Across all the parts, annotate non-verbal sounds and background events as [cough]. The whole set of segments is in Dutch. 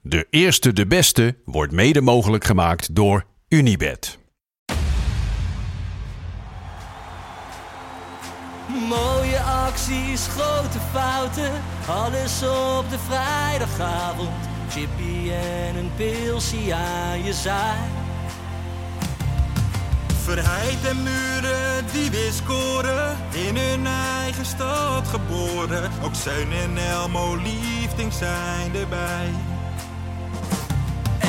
De eerste, de beste wordt mede mogelijk gemaakt door Unibed. Mooie acties, grote fouten, alles op de vrijdagavond. Chippy en een pilsie aan je zaai. Verheid en muren die weer scoren, in hun eigen stad geboren. Ook Zeun en Elmo liefdings zijn erbij. En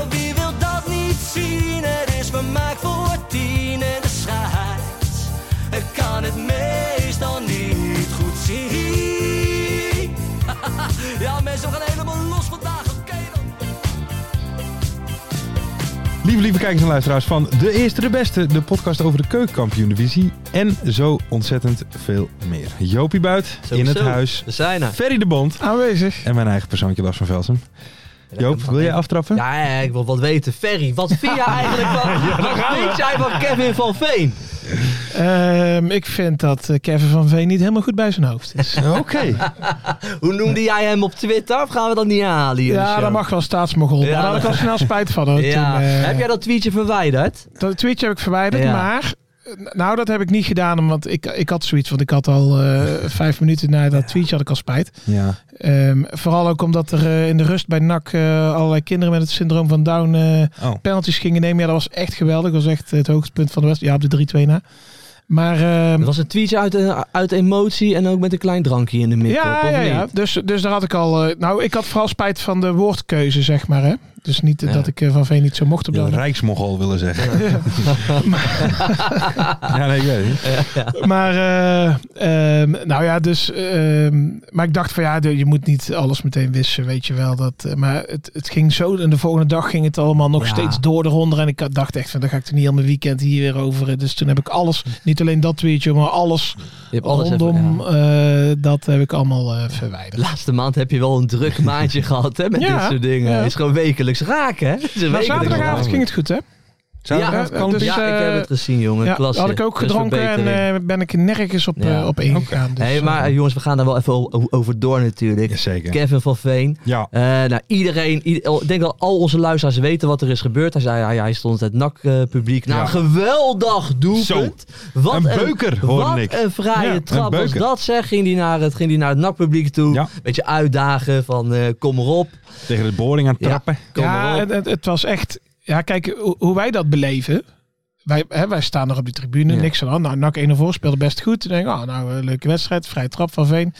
Oh, wie wil dat niet zien? Het is vermaakt voor tien en de scheids. Ik kan het meestal niet goed zien. [laughs] Ja, mensen, we gaan helemaal los vandaag. Oké dan. Lieve, lieve kijkers en luisteraars van De Eerste de Beste, de podcast over de keukenkampioen-divisie en zo ontzettend veel meer. Jopie Buit in het huis, We zijn er. Ferry de Bond aanwezig en mijn eigen persoontje Lars van Velsen. Joop, wil jij aftrappen? Ja, ja, ik wil wat weten. Ferry, wat vind [laughs] jij eigenlijk van, wat vind jij van Kevin van Veen? Ehm, ik vind dat eh, Kevin van Veen niet helemaal goed bij zijn hoofd [laughs] is. Oké. [laughs] Hoe noemde jij hem op Twitter? Of gaan we dat niet halen hier in de Dus, ja, show? dat mag wel staatsmogel. Ja, maar daar had ik al dat- snel spijt van. [laughs] Hoor, Ja. toen, eh, Heb jij dat tweetje verwijderd? Dat tweetje heb ik verwijderd, Ja. maar... eh, Nou, dat heb ik niet gedaan, omdat ik, ik had zoiets, want ik had al eh, vijf minuten na dat tweetje had ik al spijt. Ja. Ehm, vooral ook omdat er eh, in de rust bij NAC eh, allerlei kinderen met het syndroom van Down eh, Oh. penalties gingen nemen. Ja, dat was echt geweldig. Dat was echt het hoogtepunt van de wedstrijd. Ja, op de 3-2 na. Maar ehm, Dat was een tweetje uit, eh, uit emotie en ook met een klein drankje in de midden. Ja, ja, ja. Dus, dus daar had ik al. eh, nou, ik had vooral spijt van de woordkeuze, zeg maar. Hè? Dus niet eh, Ja. dat ik eh, van Veen niet zo mocht op Je dat. had Rijksmogol willen [laughs] zeggen. ja, nee, ik weet het. Maar, eh, ehm, nou ja, dus. ehm, maar ik dacht van ja, de- je moet niet alles meteen wissen, weet je wel. Dat, eh, maar het, het ging zo. En de volgende dag ging het allemaal nog Ja. steeds door eronder. En ik had- dacht echt van, dan ga ik er niet heel mijn weekend hier weer over. eh. Dus toen heb ik alles, niet alleen dat tweetje, maar alles, Je hebt alles even- rondom. ja. eh, dat heb ik allemaal eh, verwijderd. Laatste maand heb je wel een druk [laughs] maandje gehad hè, met Ja, dit soort dingen. ja. is gewoon wekelijks raken. Hè? Het is een Maar wekelijks zaterdagavond raken. ging het goed, hè? Ja, Zaterdagavond kan het ja, dus, ik heb eh, het gezien, jongen. Ja, Klasse. had ik ook Dus gedronken en verbetering. eh, ben ik nergens op, Ja. eh, op ingegaan. Dus, hey, eh, maar eh, jongens, we gaan daar wel even o- over door natuurlijk. Jazeker. Kevin van Veen. Ja. Eh, nou, iedereen, ieder- ik denk dat al onze luisteraars weten wat er is gebeurd. Hij, zei, hij, hij stond het NAC-publiek. Nou, Ja. een geweldig doelpunt. Wat Een beuker, hoorde Wat ik. een Ja, vrije een trap was beuker. dat, zeg. Ging hij naar het, ging die naar het NAC-publiek toe. Ja. Beetje uitdagen van eh, kom erop. Tegen de boring aan het Ja. trappen. Kom ja, erop. het, het- het was echt... Ja, kijk, hoe, hoe wij dat beleven... Wij, hè, wij staan nog op de tribune, Ja. niks aan de hand. Nou, NAC 1 voor speelde best goed. Toen denk ik, oh, nou, eh, leuke wedstrijd. Vrije trap van Veen.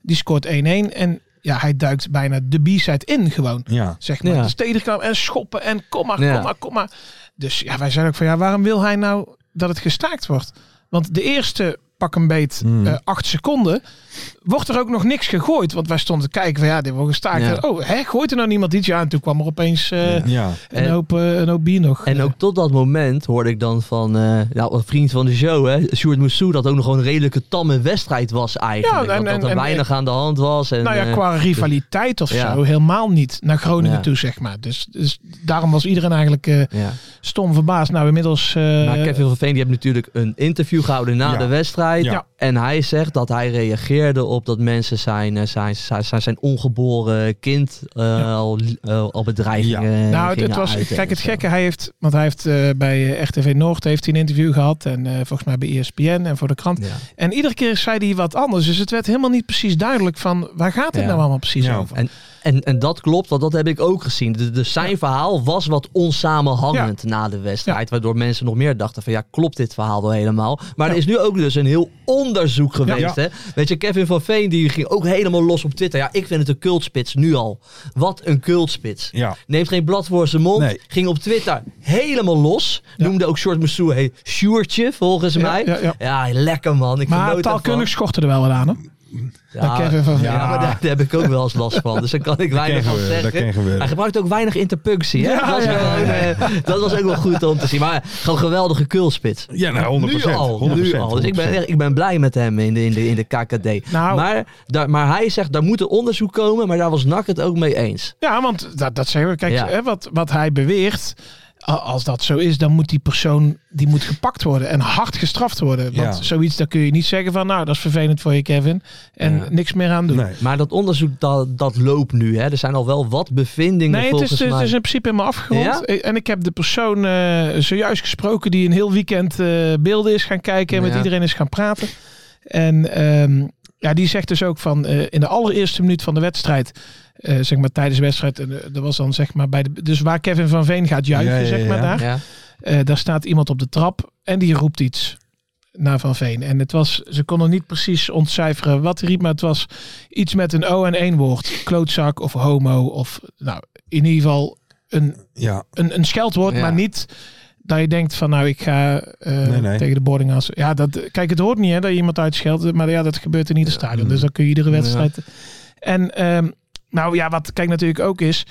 Die scoort 1-1. En ja, hij duikt bijna de B-side in gewoon. Ja. Zeg maar, Ja. de stederkam en schoppen en kom maar, Ja. kom maar, kom maar. Dus ja, wij zeiden ook van ja, waarom wil hij nou dat het gestaakt wordt? Want de eerste pak een beet Hmm. eh, acht seconden wordt er ook nog niks gegooid. Want wij stonden te kijken van ja, dit wordt gestaakt. Ja. En, oh, hè, gooit er nou niemand iets? Ja, en toen kwam er opeens eh, Ja. een, En- hoop, eh, een hoop bier nog. En ook tot dat moment hoorde ik dan van eh, nou, een vriend van de show, hè, Sjoerd Moussou, dat ook nog gewoon een redelijke tamme wedstrijd was eigenlijk. Ja, en- dat, dat er en- en- weinig aan de hand was. En, nou ja, eh, qua rivaliteit of ja. zo, helemaal niet. Naar Groningen Ja. toe, zeg maar. Dus, dus daarom was iedereen eigenlijk eh, ja. stom verbaasd. Nou, inmiddels... eh, Maar Kevin van Veen die heeft natuurlijk een interview gehouden na Ja. de wedstrijd. Ja. En hij zegt dat hij reageerde op dat mensen zijn, eh, zijn, zijn, zijn, zijn ongeboren kind eh, al, eh, al bedreigingen Nou, gingen het was, uiten kijk, en het zo. gekke, hij heeft, want hij heeft eh, bij eh, RTV Noord heeft hij een interview gehad en eh, volgens mij bij ESPN en voor de krant. Ja. En iedere keer zei hij wat anders, dus het werd helemaal niet precies duidelijk van waar gaat het Ja. nou allemaal precies Ja. over. En, en, en dat klopt, want dat heb ik ook gezien. De- Dus zijn verhaal was wat onsamenhangend na de wedstrijd. Waardoor mensen nog meer dachten van ja, klopt dit verhaal wel helemaal? Maar er is nu ook dus een heel onderzoek geweest. Ja. Hè? Weet je, Kevin van Veen die ging ook helemaal los op Twitter. Ja, ik vind het een cultspits nu al. Wat een cultspits. Ja. Neemt geen blad voor zijn mond. Nee. Ging op Twitter helemaal los. Noemde ook Short Moussou hey, Sjoertje volgens Ja, mij. ja, ja. lekker man. Ik maar genoot ervan. taalkundig schortte er wel wat aan. Hè? naar Kevin van Ja, maar daar, daar heb ik ook wel eens last van. Dus daar kan ik weinig kan van gebeuren, dat kan zeggen. gebeuren. Hij gebruikt ook weinig interpunctie. Hè? dat, was gewoon, eh, dat was ook wel goed om te zien. Maar gewoon geweldige kulspits. Ja, nou, 100%. Nu al, nu al. Dus ik ben, echt- ik ben blij met hem in de, in de, in de KKD. Nou. maar, daar, maar hij zegt, daar moet een onderzoek komen. Maar daar was NAC het ook mee eens. Ja, want dat, dat zeggen we. Kijk, Ja. hè, wat, wat hij beweert. a- Als dat zo is, dan moet die persoon die moet gepakt worden en hard gestraft worden. Want Ja. zoiets, daar kun je niet zeggen van, nou, dat is vervelend voor je, Kevin. En Ja. niks meer aan doen. Nee, Nee. Maar dat onderzoek, dat, dat loopt nu. Hè? Er zijn al wel wat bevindingen het, volgens is, het mij. is in principe helemaal afgerond. Ja? En ik heb de persoon eh, zojuist gesproken die een heel weekend eh, beelden is gaan kijken en met Ja. iedereen is gaan praten. En ehm, ja, die zegt dus ook van eh, in de allereerste minuut van de wedstrijd, eh, zeg maar tijdens de wedstrijd, en, eh, dat was dan zeg maar bij de, dus waar Kevin van Veen gaat juichen, Ja, ja, zeg maar ja. daar. Ja. Eh, daar staat iemand op de trap en die roept iets naar Van Veen. En het was, ze konden niet precies ontcijferen wat hij riep, maar het was iets met een O en één woord. Klootzak of homo of nou, in ieder geval een, Ja, een, een scheldwoord, Ja. maar niet dat je denkt van nou ik ga eh, Nee, nee. tegen de boarding als ja dat kijk het hoort niet hè dat je iemand uitscheldt maar ja dat gebeurt in ieder stadion dus dan kun je iedere wedstrijd en ehm, nou ja wat kijk natuurlijk ook is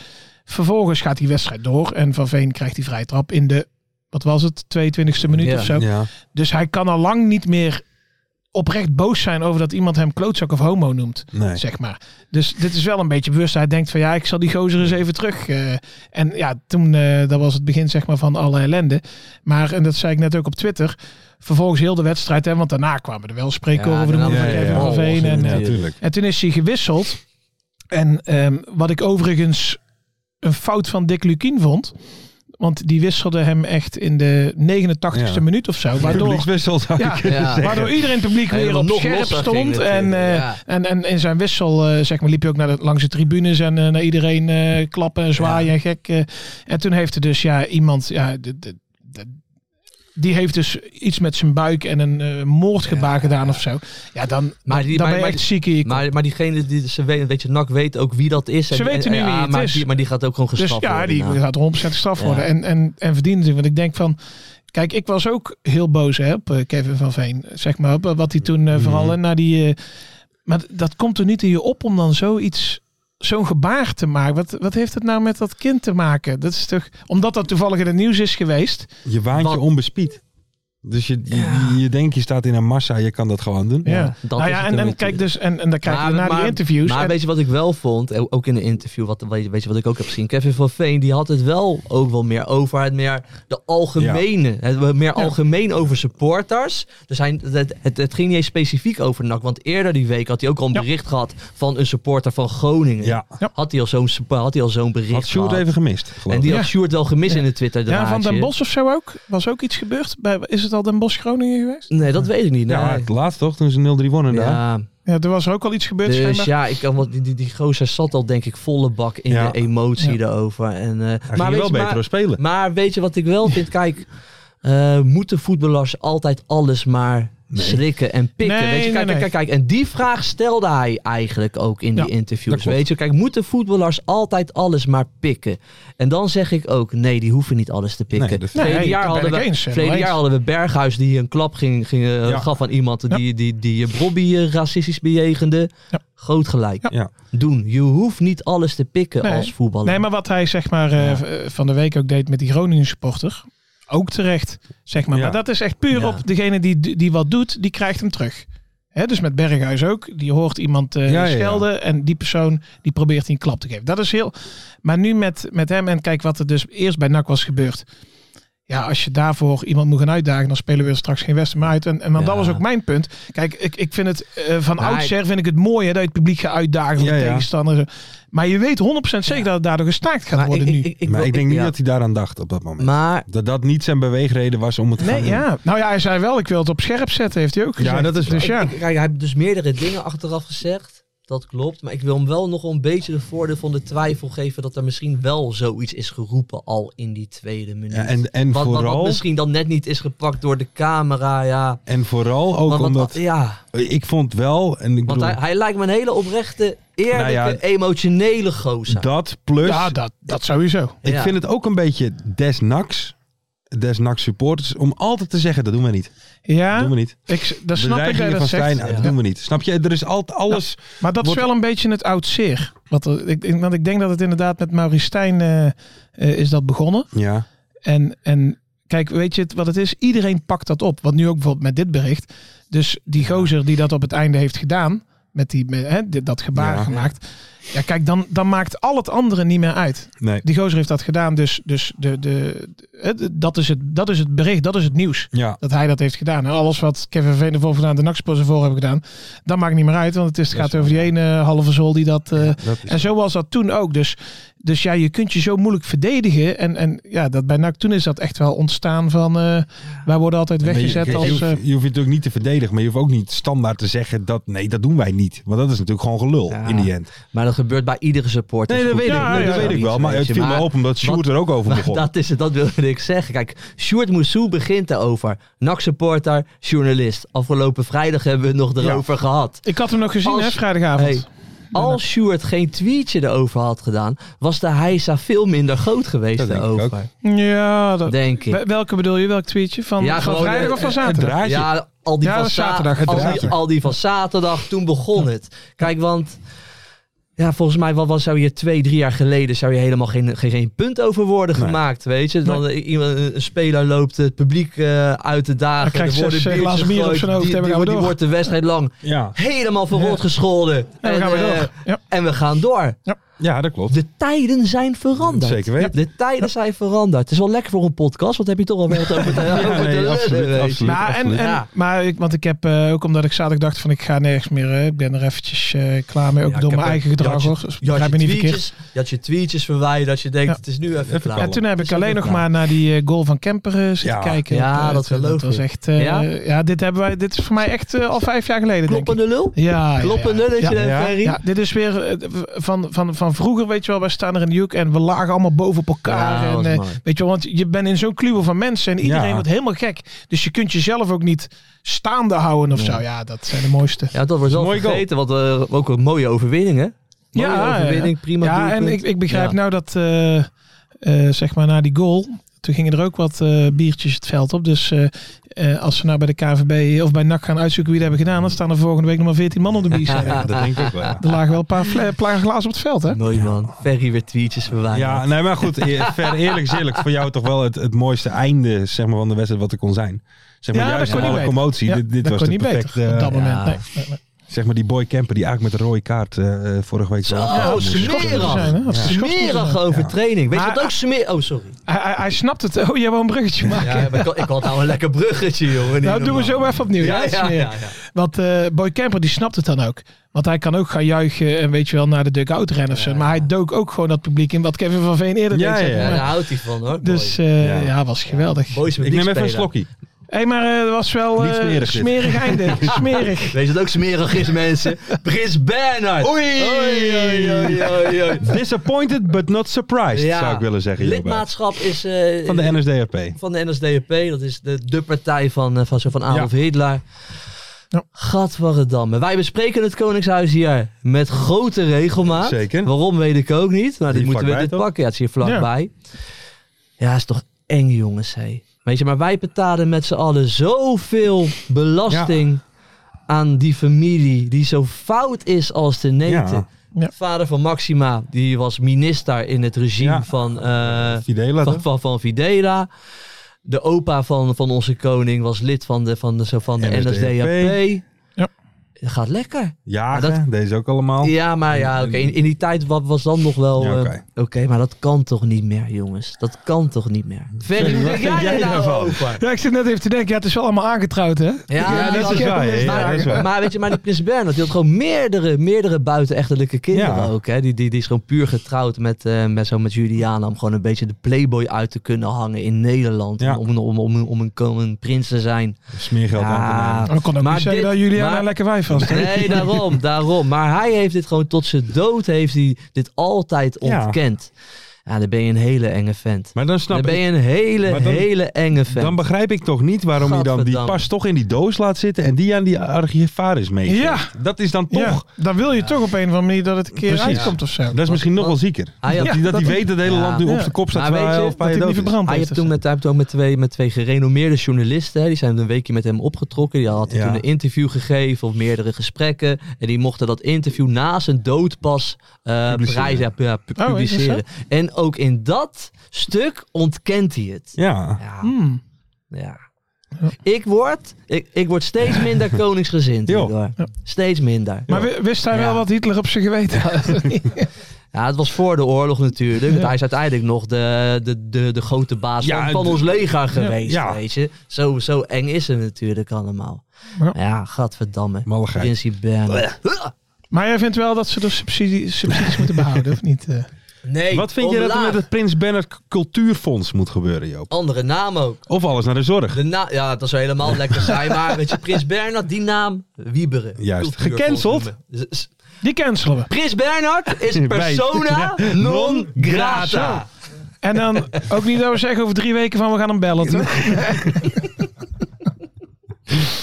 vervolgens gaat die wedstrijd door en van Veen krijgt die vrije trap in de wat was het 22e minuut Ja. of zo ja. dus hij kan al lang niet meer oprecht boos zijn over dat iemand hem klootzak of homo noemt Nee. zeg maar. Dus dit is wel een beetje bewust. Hij denkt van ja, ik zal die gozer eens even terug. eh. en ja, toen eh, dat was het begin zeg maar van alle ellende. Maar en dat zei ik net ook op Twitter. Vervolgens heel de wedstrijd, hè, want daarna kwamen er wel spreekkoren Ja, over de daarna moeder van was het Kevin wel echt van Veen. En, gezien, Ja, ja. natuurlijk. en toen is hij gewisseld. En ehm, wat ik overigens een fout van Dick Lukien vond. Want die wisselde hem echt in de 89ste Ja. minuut of zo. Waardoor Publiekswissel zou ik Ja, kunnen ja. zeggen. Waardoor iedereen publiek Hij weer was op nog scherp losser stond. ging En, natuurlijk, eh, ja. en, en in zijn wissel eh, zeg maar, liep hij ook naar de, langs de tribunes en eh, naar iedereen eh, klappen en zwaaien en gek. eh. en toen heeft er dus ja, iemand... Ja, de, de- de- die heeft dus iets met zijn buik en een eh, moordgebaar gedaan of zo. Ja, dan, Maar die- dan maar- ben je maar echt die- ziek in je kop. Maar, maar diegene die ze weet, weet je, NAC weet ook wie dat is. Ze weten nu ja, wie het maar is. Die, maar die gaat ook gewoon Dus gestraft ja, worden. die nou. gaat 100% gestraft Ja. worden. En, en, en verdienen ze. Want ik denk van. Kijk, ik was ook heel boos hè, op eh, Kevin van Veen. Zeg maar op eh, wat hij toen eh, Mhm. vooral eh, naar die. eh, maar d- dat komt er niet in je op om dan zoiets. Zo'n gebaar te maken. Wat, wat heeft het nou met dat kind te maken? Dat is toch. Omdat dat toevallig in het nieuws is geweest. Je waant je Wat- onbespied. Dus je, je, je denkt, je staat in een massa, je kan dat gewoon doen. Ja. dat nou is het ja, en, dan en natuurlijk. kijk dus. En, en dan krijg je daarna die interviews. Maar en- weet je wat ik wel vond? O- Ook in de interview, wat, weet, je, weet je wat ik ook heb gezien? Kevin van Veen, die had het wel ook wel meer over het meer de algemene. Het meer algemeen over supporters. Dus hij, het, het, het ging niet eens specifiek over NAC. Want eerder die week had hij ook al een Ja. bericht gehad van een supporter van Groningen. Ja. Had hij al zo'n sup- had hij al zo'n bericht Had Sjoerd gehad. even gemist, geloof En ik. die Ja. had Sjoerd wel gemist in de twitter ja, van Den draadje. Bos of zo ook. Was ook iets gebeurd. Bij, is het al Den Bos Groningen geweest? Nee, dat weet ik niet. Nee. Ja, maar het laatst toch, toen ze 0-3 wonnen daar. Ja, Ja, er was er ook al iets gebeurd. dus schijnbaar. ja, ik kan wat, die, die, die gozer zat al denk ik volle bak in Ja. de emotie Ja. erover. En, eh, maar, Hij weet ging wel je, beter op maar, spelen. maar weet je wat ik wel vind? Kijk, eh, moeten voetballers altijd alles maar slikken en pikken? Nee, weet je? nee, Kijk, nee. kijk, kijk, en die vraag stelde hij eigenlijk ook in Ja, die interviews. dat klopt. Weet je, kijk, moeten voetballers altijd alles maar pikken? En dan zeg ik ook, nee, die hoeven niet alles te pikken. Nee, dat- Verleden Nee, jaar dat ben hadden ik we, eens, helemaal verleden jaar eens. hadden we Berghuis die een klap ging, ging, eh, Ja. gaf aan iemand die, die, die eh, Bobby eh, racistisch bejegende. Ja. Groot gelijk. Ja. Doen. Je hoeft niet alles te pikken Nee. als voetballer. Nee, maar wat hij zeg maar eh, v- eh, van de week ook deed met die Groningen supporter. Ook terecht, zeg maar. Ja. Maar dat is echt puur Ja. op degene die, die wat doet, die krijgt hem terug. Hè, dus met Berghuis ook. Die hoort iemand Ja, eh, ja, ja. schelden en die persoon die probeert hij een klap te geven. Dat is heel... Maar nu met, met hem en kijk wat er dus eerst bij NAC was gebeurd. Ja, als je daarvoor iemand moet gaan uitdagen, dan spelen we straks geen wedstrijd meer uit. En, en want dat Ja. was ook mijn punt. Kijk, ik, ik vind het eh, van Maar oudsher vind ik het mooi hè, dat je het publiek gaat uitdagen voor Ja, de ja. tegenstander. Maar je weet 100% zeker dat het daardoor gestaakt gaat Maar worden ik, nu. ik, ik, ik, maar wil- ik denk niet ja. dat hij daaraan dacht op dat moment. Maar Dat dat niet zijn beweegreden was om het te gaan nee, doen. ja. Nou ja, hij zei wel, ik wil het op scherp zetten, heeft hij ook gezegd. dat is waar. Dus ja. ik, ik- hij heeft dus meerdere dingen achteraf gezegd. Dat klopt. Maar ik wil hem wel nog een beetje de voordeel van de twijfel geven dat er misschien wel zoiets is geroepen al in die tweede minuut. Ja, en, en, wat, wat, wat vooral, misschien dan net niet is gepakt door de camera. Ja. en vooral ook Maar wat- omdat... ja. Ik vond wel, en ik Want bedoel, hij, hij lijkt me een hele oprechte, eerlijke, Nou ja, emotionele gozer. dat plus... ja, dat, dat sowieso. ik Ja. vind het ook een beetje desnaks des NAC supporters om altijd te zeggen, dat doen wij niet. Dat Ja, doen we niet. ik, de dat snap ik dat dreigingen je van dat zegt. Stijn, dat doen we niet. Snap je? Er is altijd alles... Maar dat Wordt- is wel een beetje het oud zeer. Wat er- ik, ik- want ik denk dat het inderdaad met Maurice Stijn eh, eh, is dat begonnen. Ja, En, en kijk, weet je het, wat het is? Iedereen pakt dat op. Wat nu ook bijvoorbeeld met dit bericht. Dus die gozer die dat op het einde heeft gedaan. Met die, met, hè, dit- dat gebaar Ja. gemaakt. Ja, kijk, dan, dan maakt al het andere niet meer uit. nee. Die gozer heeft dat gedaan. Dus, dus de, de, hè, de- dat, is het, dat is het bericht, dat is het nieuws. Ja, Dat hij dat heeft gedaan. En alles wat Kevin Veendervoort gedaan, de Naxpos ervoor hebben gedaan. Dat maakt niet meer uit. Want het, is, het gaat over die ene halve zol die dat... eh, dat is... en zo was dat toen ook. Dus, dus ja, je kunt je zo moeilijk verdedigen. En, en ja, dat bij NAC toen is dat echt wel ontstaan van... eh, wij worden altijd Maar je- weggezet je, als... hoeft, je eh, hoeft het natuurlijk niet te verdedigen, maar je hoeft ook niet standaard te zeggen dat nee, dat doen wij niet. Want dat is natuurlijk gewoon gelul Ja. in die end. Maar dat gebeurt bij iedere supporter. Nee, dat Goed, weet ik, Ja, nee, ja, dat ja. weet ik wel. Maar het Weet je, viel me maar- op omdat Sjoerd wat- er ook [laughs] over Maar begon. dat is het, dat wilde ik zeggen. Kijk, Sjoerd Moussou begint erover. NAC-supporter, journalist. Afgelopen vrijdag hebben we het nog Ja. erover gehad. ik had hem nog gezien, Als- hè, vrijdagavond. Hey, als Sjoerd geen tweetje erover had gedaan, was de heisa veel minder groot geweest Dat denk ik daarover. Ja, dat... Denk ik. Wel- Welke bedoel je? Welk tweetje? Van, Ja, van gewoon, vrijdag eh, of van Het zaterdag? draadje. Ja, al die Ja, van dat is zaterdag, het al die, draadje. al die van zaterdag, toen begon het. Kijk, want ja, volgens mij wat was, zou je twee, drie jaar geleden zou je helemaal geen, geen, geen punt over worden gemaakt, weet je. Dan eh, iemand, een speler loopt het publiek eh, uit te dagen. krijgt er worden zes, eh, biertjes glazen bier op gegooid, zijn hoofd Die, en we die, gaan wordt- weer die door. wordt de wedstrijd lang Ja. helemaal verrot gescholden. En Nou, we gaan weer eh, door. Ja. en we gaan door. ja, dat klopt. De tijden zijn veranderd. Zeker weten. De tijden zijn veranderd. Het is wel lekker voor een podcast, want heb je toch al wel wat over te [laughs] over te nee, lullen, absoluut, weet je. absoluut. Nou, en, absoluut. en, Ja. Maar ik, want ik heb eh, ook omdat ik zaterdag dacht van ik ga nergens meer. eh, ik ben er eventjes eh, klaar mee. Ook Ja, door ik mijn heb eigen ook- gedrag je hoor. had je- Dus je had begrijp me je niet verkeerd. tweetjes- Je had je tweetjes verwijderd dat je denkt, Ja. het is nu even klaar. En toen heb ik alleen nog maar naar die eh, goal van Kemper eh, zitten Ja. kijken. Ja, Eh, dat geloof was ik. echt. eh, Ja? ja? dit hebben wij. Dit is voor mij echt eh, al vijf jaar geleden. denk ik. Kloppende lul? Ja, ja, ja. Kloppende dat je Ja. denkt, Ferry? Ja, dit is weer eh, van, van, van vroeger, weet je wel. Wij staan er in de hoek en we lagen allemaal boven op elkaar. Ja, dat was en, eh, mooi. weet je wel, want je bent in zo'n kluwel van mensen en iedereen Ja. wordt helemaal gek. Dus je kunt jezelf ook niet staande houden of zo. Ja, dat zijn de mooiste. Ja, dat wordt wel Mooi goal. vergeten, want eh, ook een mooie overwinning, hè? Mooie Ja, overwinning, prima Ja, en doelpunt. ik, ik begrijp Ja. nou dat, eh, eh, zeg maar, na die goal. Toen gingen er ook wat eh, biertjes het veld op. Dus eh, eh, als ze nou bij de KVB of bij NAC gaan uitzoeken wie dat hebben gedaan, dan staan er volgende week nog maar 14 man op de [laughs] bierstijl. Ja, [laughs] dat denk ik wel. ja. Er lagen wel een paar fla- plagen glazen op het veld, hè? Mooi man. Ferry weer tweetjes verwijderd. Ja, nee, maar [laughs] goed, eer- ver eerlijk is eerlijk, voor jou toch wel het, het mooiste einde zeg maar, van de wedstrijd wat er kon zijn. Zeg maar, Ja, juist dat kon alle niet beter. commotie, Ja, dit, dit dat was kon de niet perfecte, beter op dat eh, moment. ja. Nee, nee, nee. zeg maar die boy Camper die eigenlijk met een rode kaart eh, eh, vorige week Zo, wel afgegaan moest. moeten oh, zijn, hè? smerig. Of ze schot moeten Smerig zijn. overtraining. Weet je Maar- wat ook smerig... Oh, sorry. Hij, hij, hij snapt het. Oh, jij wou een bruggetje maken. Ja, maar ik, had- ik had nou een lekker bruggetje, jongen. niet nou, doen we normaal. zo even opnieuw. Ja, Ja, dat is ja, meer. ja, ja. Want eh, Boy Camper die snapt het dan ook. Want hij kan ook gaan juichen en weet je wel naar de dugout rennen of zo. Maar hij dook ook gewoon dat publiek in wat Kevin van Veen eerder Ja, deed. zeg ja, Ja, maar. daar houdt hij van, hoor. Dus Mooi. eh, Ja. ja. was geweldig. Hé, Boys met Ik neem even een dikspeler. slokje. hey, maar eh, het was wel Niet eh, smerig dit. smerig [laughs] einde. smerig. Weet je wat ook smerig is, mensen? Prins Bernhard. Oei! Oei, oei, oei, oei, oei. [laughs] Disappointed but not surprised, Ja. zou ik willen zeggen. hierbij. Lidmaatschap is eh, Van de NSDAP. van de NSDAP. Dat is de, de partij van, eh, van, zo van Adolf Hitler. Ja. Gadverdamme. Wij bespreken het Koningshuis hier met grote regelmaat. Zeker. Waarom weet ik ook niet. Maar dit Hier moeten we vlakbij, dit toch? pakken. Ja, het is hier vlakbij. Ja, is toch eng jongens. Hé. Weet je, maar wij betalen met z'n allen zoveel belasting aan die familie die zo fout is als de neten. Ja. Ja. Vader van Maxima, die was minister in het regime Ja. van, eh, Fidela, van, van, van Videla. De opa van, van onze koning was lid van de, van de, zo van de NSDAP. NSDAP. Ja. Dat gaat lekker. Jagen, Maar deze ook allemaal. Ja, maar ja, oké, in, in die tijd wa- was dan nog wel... Ja, eh, oké. oké, maar dat kan toch niet meer, jongens. Dat kan toch niet meer. Ferry, hoe denk denk jij jij nou daarvan? over? Ja, ik zit net even te denken. Ja, het is wel allemaal aangetrouwd, hè? Ja, dat is maar- waar, hè. Ja, dat is waar. Maar, maar weet je, maar die prins Bernhard, die had gewoon meerdere, meerdere buitenechtelijke kinderen Ja. ook. Hè? Die, die, die is gewoon puur getrouwd met, eh, met, zo met Juliana. Om gewoon een beetje de playboy uit te kunnen hangen in Nederland. Ja. Om, om, om, om een, om een prins te zijn. Smeergeld aan te nemen. Maar ik kon ook Maar niet zeggen dit- dat Juliana maar- lekker wijf was. [laughs] Nee, daarom, daarom. Maar hij heeft dit gewoon tot zijn dood heeft hij dit altijd Ja. ontkend. Ja, dan ben je een hele enge vent. Maar dan snap Dan ben ik... je een hele, Maar dan- hele enge vent. Dan begrijp ik toch niet waarom je dan die Gadverdamme. pas toch in die doos laat zitten en die aan die archivaris mee. Ja. Dat is dan toch... Ja, dan wil je toch op een of andere manier dat het een keer Precies. uitkomt of zo. Dat is misschien nog wel zieker. Hij had- dat hij dat hij dat- weet dat het hele Ja. land nu op Ja. zijn kop staat Maar weet terwijl je hij of bij dat je hij niet dood is. verbrand Hij heeft. heeft toen of met, hij heeft ook met twee, met twee gerenommeerde journalisten, hè, die zijn een weekje met hem opgetrokken. Die had hij Ja. toen een interview gegeven of meerdere gesprekken. En die mochten dat interview na zijn dood pas eh, Publiceren. prijs- ja, pu- ja, pu- Oh, is dat zo? publiceren. en ook in dat stuk ontkent hij het. Ja. Ja, Hm. zo. Hmm. ja. Ik, word, ik, ik word [laughs] steeds minder koningsgezind Joh. hierdoor. Steeds minder. Maar wi- wist hij wel Ja. wat Hitler op zijn geweten had? Ja, het was voor de oorlog natuurlijk. want Hij is uiteindelijk nog de, de, de, de grote baas Ja, van, van de- ons leger geweest. ja. Weet je? Zo, zo eng is het natuurlijk allemaal. Ja. Ja, gadverdamme. Malligheid. Quincy Bernard. maar jij vindt wel dat ze de subsidie, subsidies moeten behouden, of niet? eh? Nee, Wat vind je dat er omlaag. met het Prins Bernhard Cultuurfonds moet gebeuren, Joop? Andere naam ook. Of alles naar de zorg. De na ja, dat zou helemaal lekker zijn. Maar weet je, Prins Bernard, die naam, Wieberen. Juist. Cultuurfonds Gecanceld? noemen. Z- z- Die cancelen we. Prins Bernard is Wij- persona non grata. En dan ook niet dat we zeggen over drie weken van we gaan hem bellen, toch?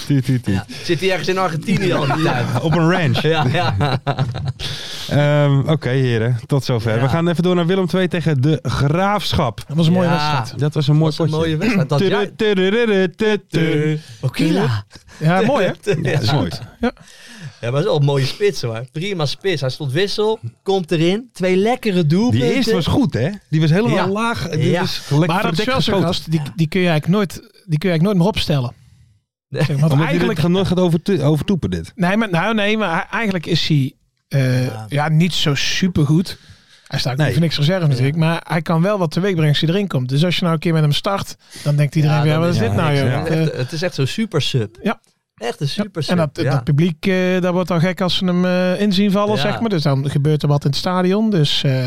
Tiet, tiet, tiet. Ja, zit hij ergens in Argentinië al die [laughs] tijd. Op een [laughs] ranch. Ja, ja. Ehm, Oké, heren. Tot zover. Ja. We gaan even door naar Willem II tegen de Graafschap. Dat was een mooie Ja. wedstrijd. Dat was een mooi Dat was een potje. mooie wedstrijd. Dat jij... Tudu, tudu, tudu, tudu. [laughs] Okila. Ja, mooi hè? Ja, dat is mooi. Ja, maar dat is wel een mooie spits hoor. Prima spits. Hij stond wissel, komt erin. Twee lekkere Die doelpunten. eerste was goed, hè? Die was helemaal Ja. laag. Die Ja. was lekker Maar dat is verdekt wel zo'n geschoten. gast, die, die kun je eigenlijk nooit, die kun je eigenlijk nooit meer opstellen. Nee. Zeg maar, want Omdat eigenlijk, eigenlijk nooit gaat over, overtoepen, dit. nee, maar, nou, nee, maar hij- eigenlijk is hij eh, ja. Ja. niet zo supergoed. Hij staat ook Nee. niet voor niks reserve natuurlijk, maar hij kan wel wat teweeg brengen als hij erin komt. Dus als je nou een keer met hem start, dan denkt iedereen Ja, weer, dan wat is is dit het nou niks, joh? ja. Want, eh, Echt, het is echt zo'n super sub. Ja. Echt een super sub. en dat, ja. dat publiek, eh, daar wordt al gek als ze hem eh, inzien vallen, Ja. zeg maar. Dus dan gebeurt er wat in het stadion. Dus eh,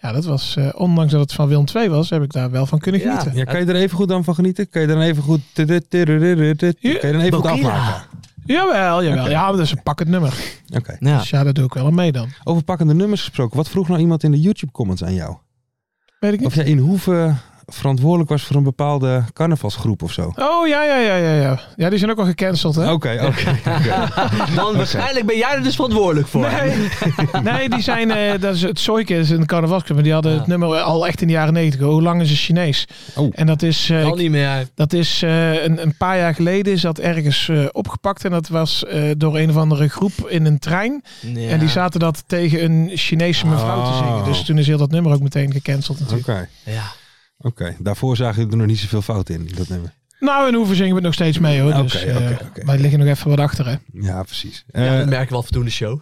ja, dat was, eh, ondanks dat het van Willem II was, heb ik daar wel van kunnen Ja. genieten. Ja, kan je er even goed dan van genieten? Kan je er even goed... tudu, tudu, tudu, tudu, Kan je er even goed Bokila. afmaken? Jawel, jawel. Ja, maar dat is een pakkend nummer. Oké. Ja. Dus ja, dat doe ik wel aan mee dan. Over pakkende nummers gesproken. Wat vroeg nou iemand in de YouTube-comments aan jou? Weet ik niet. Of jij in hoeven verantwoordelijk was voor een bepaalde carnavalsgroep of zo? Oh ja, ja, ja, ja, ja. Ja, die zijn ook al gecanceld, hè? Oké, oké. Dan waarschijnlijk ben jij er dus verantwoordelijk voor. Nee, nee, [laughs] die zijn, eh, dat is het Soike is een carnavalsclub, maar die hadden het Ah. nummer al echt in de jaren negentig. Hoe lang is een Chinees? Oh. En dat is, eh, Al niet meer. dat is eh, een, een paar jaar geleden is dat ergens eh, opgepakt en dat was eh, door een of andere groep in een trein. Ja. En die zaten dat tegen een Chinese mevrouw te zingen. Oh. Dus toen is heel dat nummer ook meteen gecanceld natuurlijk. Oké, Ja. oké. Daarvoor zagen jullie er nog niet zoveel fout in. Dat nemen. Nou, en hoeven zingen we het nog steeds mee hoor. Oké, Dus, eh, oké, oké. Wij liggen nog even wat achter hè. Ja, precies. Ja, Eh, dat merken we al voldoende show.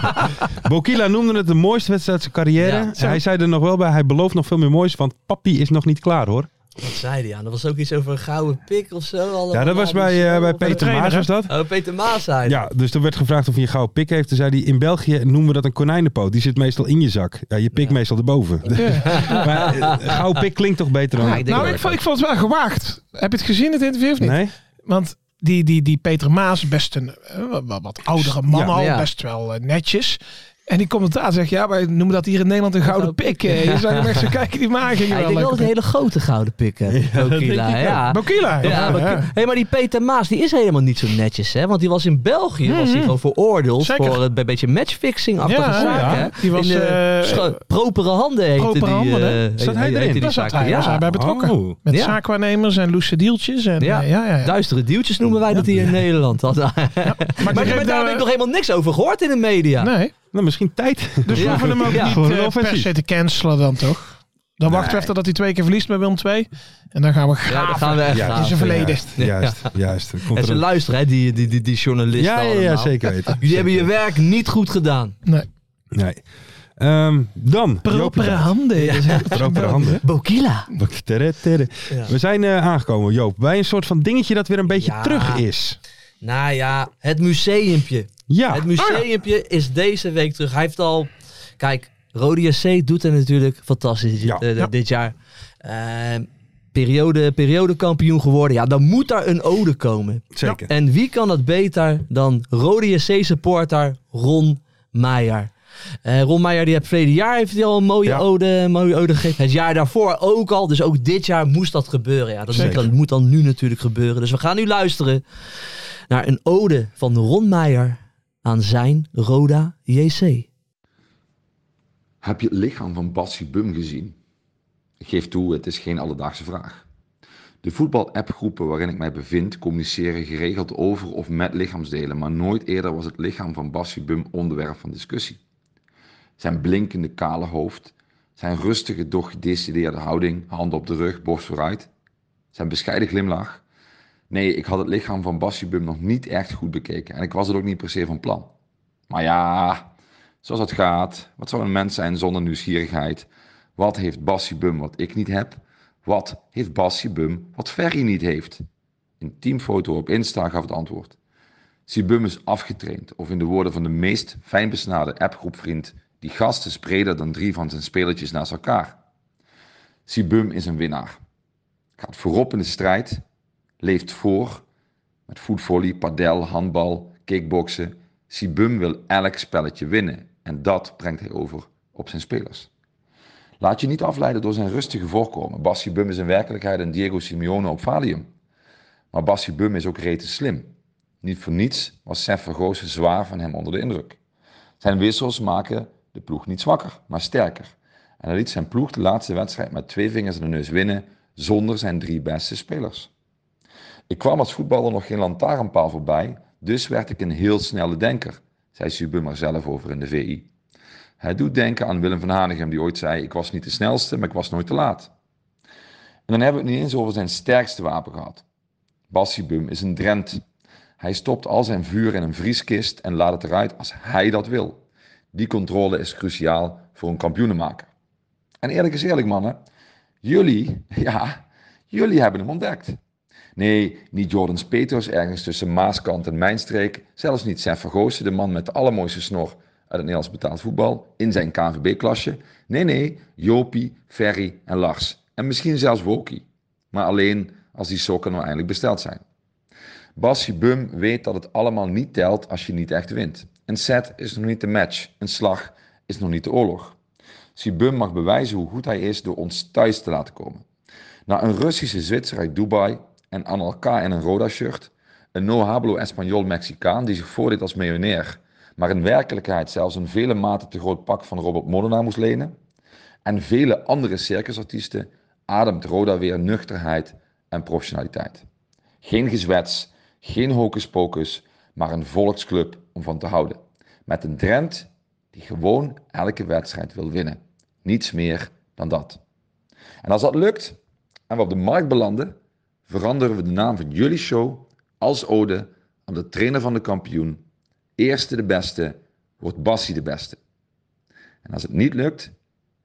[laughs] Bokila noemde het de mooiste wedstrijd uit zijn carrière. Ja, zo. hij zei er nog wel bij, hij belooft nog veel meer moois, want papi is nog niet klaar hoor. Wat zei die aan? Er was ook iets over een gouden pik of zo. allemaal. ja, dat was bij, eh, bij Peter trainer, Maas was dat. Oh, Peter Maas zei het. Ja, dus er werd gevraagd of hij een gouden pik heeft. Toen zei hij, in België noemen we dat een konijnenpoot. Die zit meestal in je zak. Ja, je pik Ja. meestal erboven. [laughs] maar eh, gouden pik klinkt toch beter dan... Ja, ik denk Nou, dat ik vond, ik vond het wel gewaagd. Heb je het gezien, het interview of niet? nee? Want die, die, die Peter Maas, best een eh, wat- wat, wat oudere man Ja. al, Ja. best wel eh, netjes. En die komt daar en zegt, ja, wij noemen dat hier in Nederland een gouden pik. eh. Je zou hem echt zo kijken, die maag [laughs] Ja, ging wel ik denk wel leuk dat hij op. hele grote gouden pik heeft. dat denk Bokila, ik ook. ja. Bokila. Ja, Ja, maar, ja. Hey, maar die Peter Maas die is helemaal niet zo netjes, hè? Want die was in België was hij gewoon veroordeeld Zeker. voor een beetje matchfixing-achtige Ja, zaken. ja. hè? Die was, in de eh, scho- propere handen heette propere die. handen, hè? eh, Zat hij heette erin? die Daar zat zaken, hij, ja. was hij bij betrokken. Oh. Met Ja. zaakwaarnemers en loese deeltjes. En, Ja. ja. ja, ja, ja. Duistere duwtjes noemen wij dat hier in Nederland. [laughs] maar Maar, eh, maar daar heb ik nog helemaal niks over gehoord in de media. Nee, Nou, misschien tijd. dus we Ja. hoeven hem ook Ja. niet Voor een eh, per offensief. se te cancelen dan toch? Dan wachten we even dat hij twee keer verliest bij Willem 2. En dan gaan we Ja, graven. daar gaan we echt Ja, aan. in zijn verleden. Juist, juist. Dan komt En er ze een- luisteren, hè, die, die, die, die journalisten ja, ja, ja, nou allemaal. zeker weten. [laughs] Jullie hebben je werk niet goed gedaan. Nee. Nee. Ehm, dan. Jopie. [laughs] Propere handen. Propere [laughs] handen. Bokila. Tere, tere. We zijn eh, aangekomen, Joop, bij een soort van dingetje dat weer een beetje Ja. terug is. Nou ja, het museumpje. Ja. Het museumpje is deze week terug. Hij heeft al... Kijk, Rodia C doet het natuurlijk fantastisch dit- Ja. eh, Ja. dit jaar. Ehm, periode, periodekampioen geworden. Ja, dan moet daar een ode komen. Zeker. En wie kan dat beter dan Rodia C supporter Ron Meijer. Eh Ron Meijer, die heeft verleden jaar heeft hij al een mooie, Ja. ode, een mooie ode gegeven. Het jaar daarvoor ook al. Dus ook dit jaar moest dat gebeuren. Ja, dat moet Zeker. dan, moet dan nu natuurlijk gebeuren. Dus we gaan nu luisteren naar een ode van Ron Meijer aan zijn Roda JC. Heb je het lichaam van Batsy Bum gezien? Ik geef toe, het is geen alledaagse vraag. De voetbal-appgroepen waarin ik mij bevind communiceren geregeld over of met lichaamsdelen, maar nooit eerder was het lichaam van Batsy Bum onderwerp van discussie. Zijn blinkende kale hoofd, zijn rustige doch gedecideerde houding, handen op de rug, borst vooruit, zijn bescheiden glimlach. Nee, ik had het lichaam van Bassy Bum nog niet echt goed bekeken en ik was het ook niet per se van plan. Maar ja, Zoals het gaat, wat zou een mens zijn zonder nieuwsgierigheid? Wat heeft Bassie Bum wat ik niet heb? Wat heeft Bassie Bum wat Ferry niet heeft? Een teamfoto op Insta gaf het antwoord. Sibum is afgetraind, of in de woorden van de meest fijnbesnade appgroepvriend, die gast is breder dan drie van zijn spelertjes naast elkaar. Sibum is een winnaar. Gaat voorop in de strijd, leeft voor met voetvolley, padel, handbal, kickboksen. Sibum wil elk spelletje winnen en dat brengt hij over op zijn spelers. Laat je niet afleiden door zijn rustige voorkomen. Bas Sibum is in werkelijkheid een Diego Simeone op Valium. Maar Bas Sibum is ook rete slim. Niet voor niets was Sef Vergozen zwaar van hem onder de indruk. Zijn wissels maken de ploeg niet zwakker, maar sterker. En hij liet zijn ploeg de laatste wedstrijd met twee vingers in de neus winnen zonder zijn drie beste spelers. Ik kwam als voetballer nog geen lantaarnpaal voorbij, dus werd ik een heel snelle denker, zei Subum er zelf over in de VI. Hij doet denken aan Willem van Hanegem die ooit zei, ik was niet de snelste, maar ik was nooit te laat. En dan hebben we het niet eens over zijn sterkste wapen gehad. Bassibum is een drent. Hij stopt al zijn vuur in een vrieskist en laat het eruit als hij dat wil. Die controle is cruciaal voor een kampioenenmaker. En eerlijk is eerlijk mannen, jullie, [laughs] ja, jullie hebben hem ontdekt. Nee, niet Jordan Peters ergens tussen Maaskant en Mijnstreek. Zelfs niet Sef Vergoosen, de man met de allermooiste snor uit het Nederlands betaald voetbal in zijn KNVB-klasje. Nee, nee, Jopie, Ferry en Lars. En misschien zelfs Woki. Maar alleen als die sokken nou eindelijk besteld zijn. Bassi Bum weet dat het allemaal niet telt als je niet echt wint. Een set is nog niet de match. Een slag is nog niet de oorlog. Sibum mag bewijzen hoe goed hij is door ons thuis te laten komen. Na een Russische Zwitser uit Dubai, een Analka in een Roda-shirt, een no hablo Espanol Mexicaan die zich voordeed als miljonair, maar in werkelijkheid zelfs een vele maten te groot pak van Robert Modena moest lenen, en vele andere circusartiesten ademt Roda weer nuchterheid en professionaliteit. Geen gezwets, geen hocus-pocus, maar een volksclub om van te houden. Met een Drent die gewoon elke wedstrijd wil winnen. Niets meer dan dat. En als dat lukt en we op de markt belanden, veranderen we de naam van jullie show als ode aan de trainer van de kampioen. Eerste de beste wordt Bassie de beste. En als het niet lukt,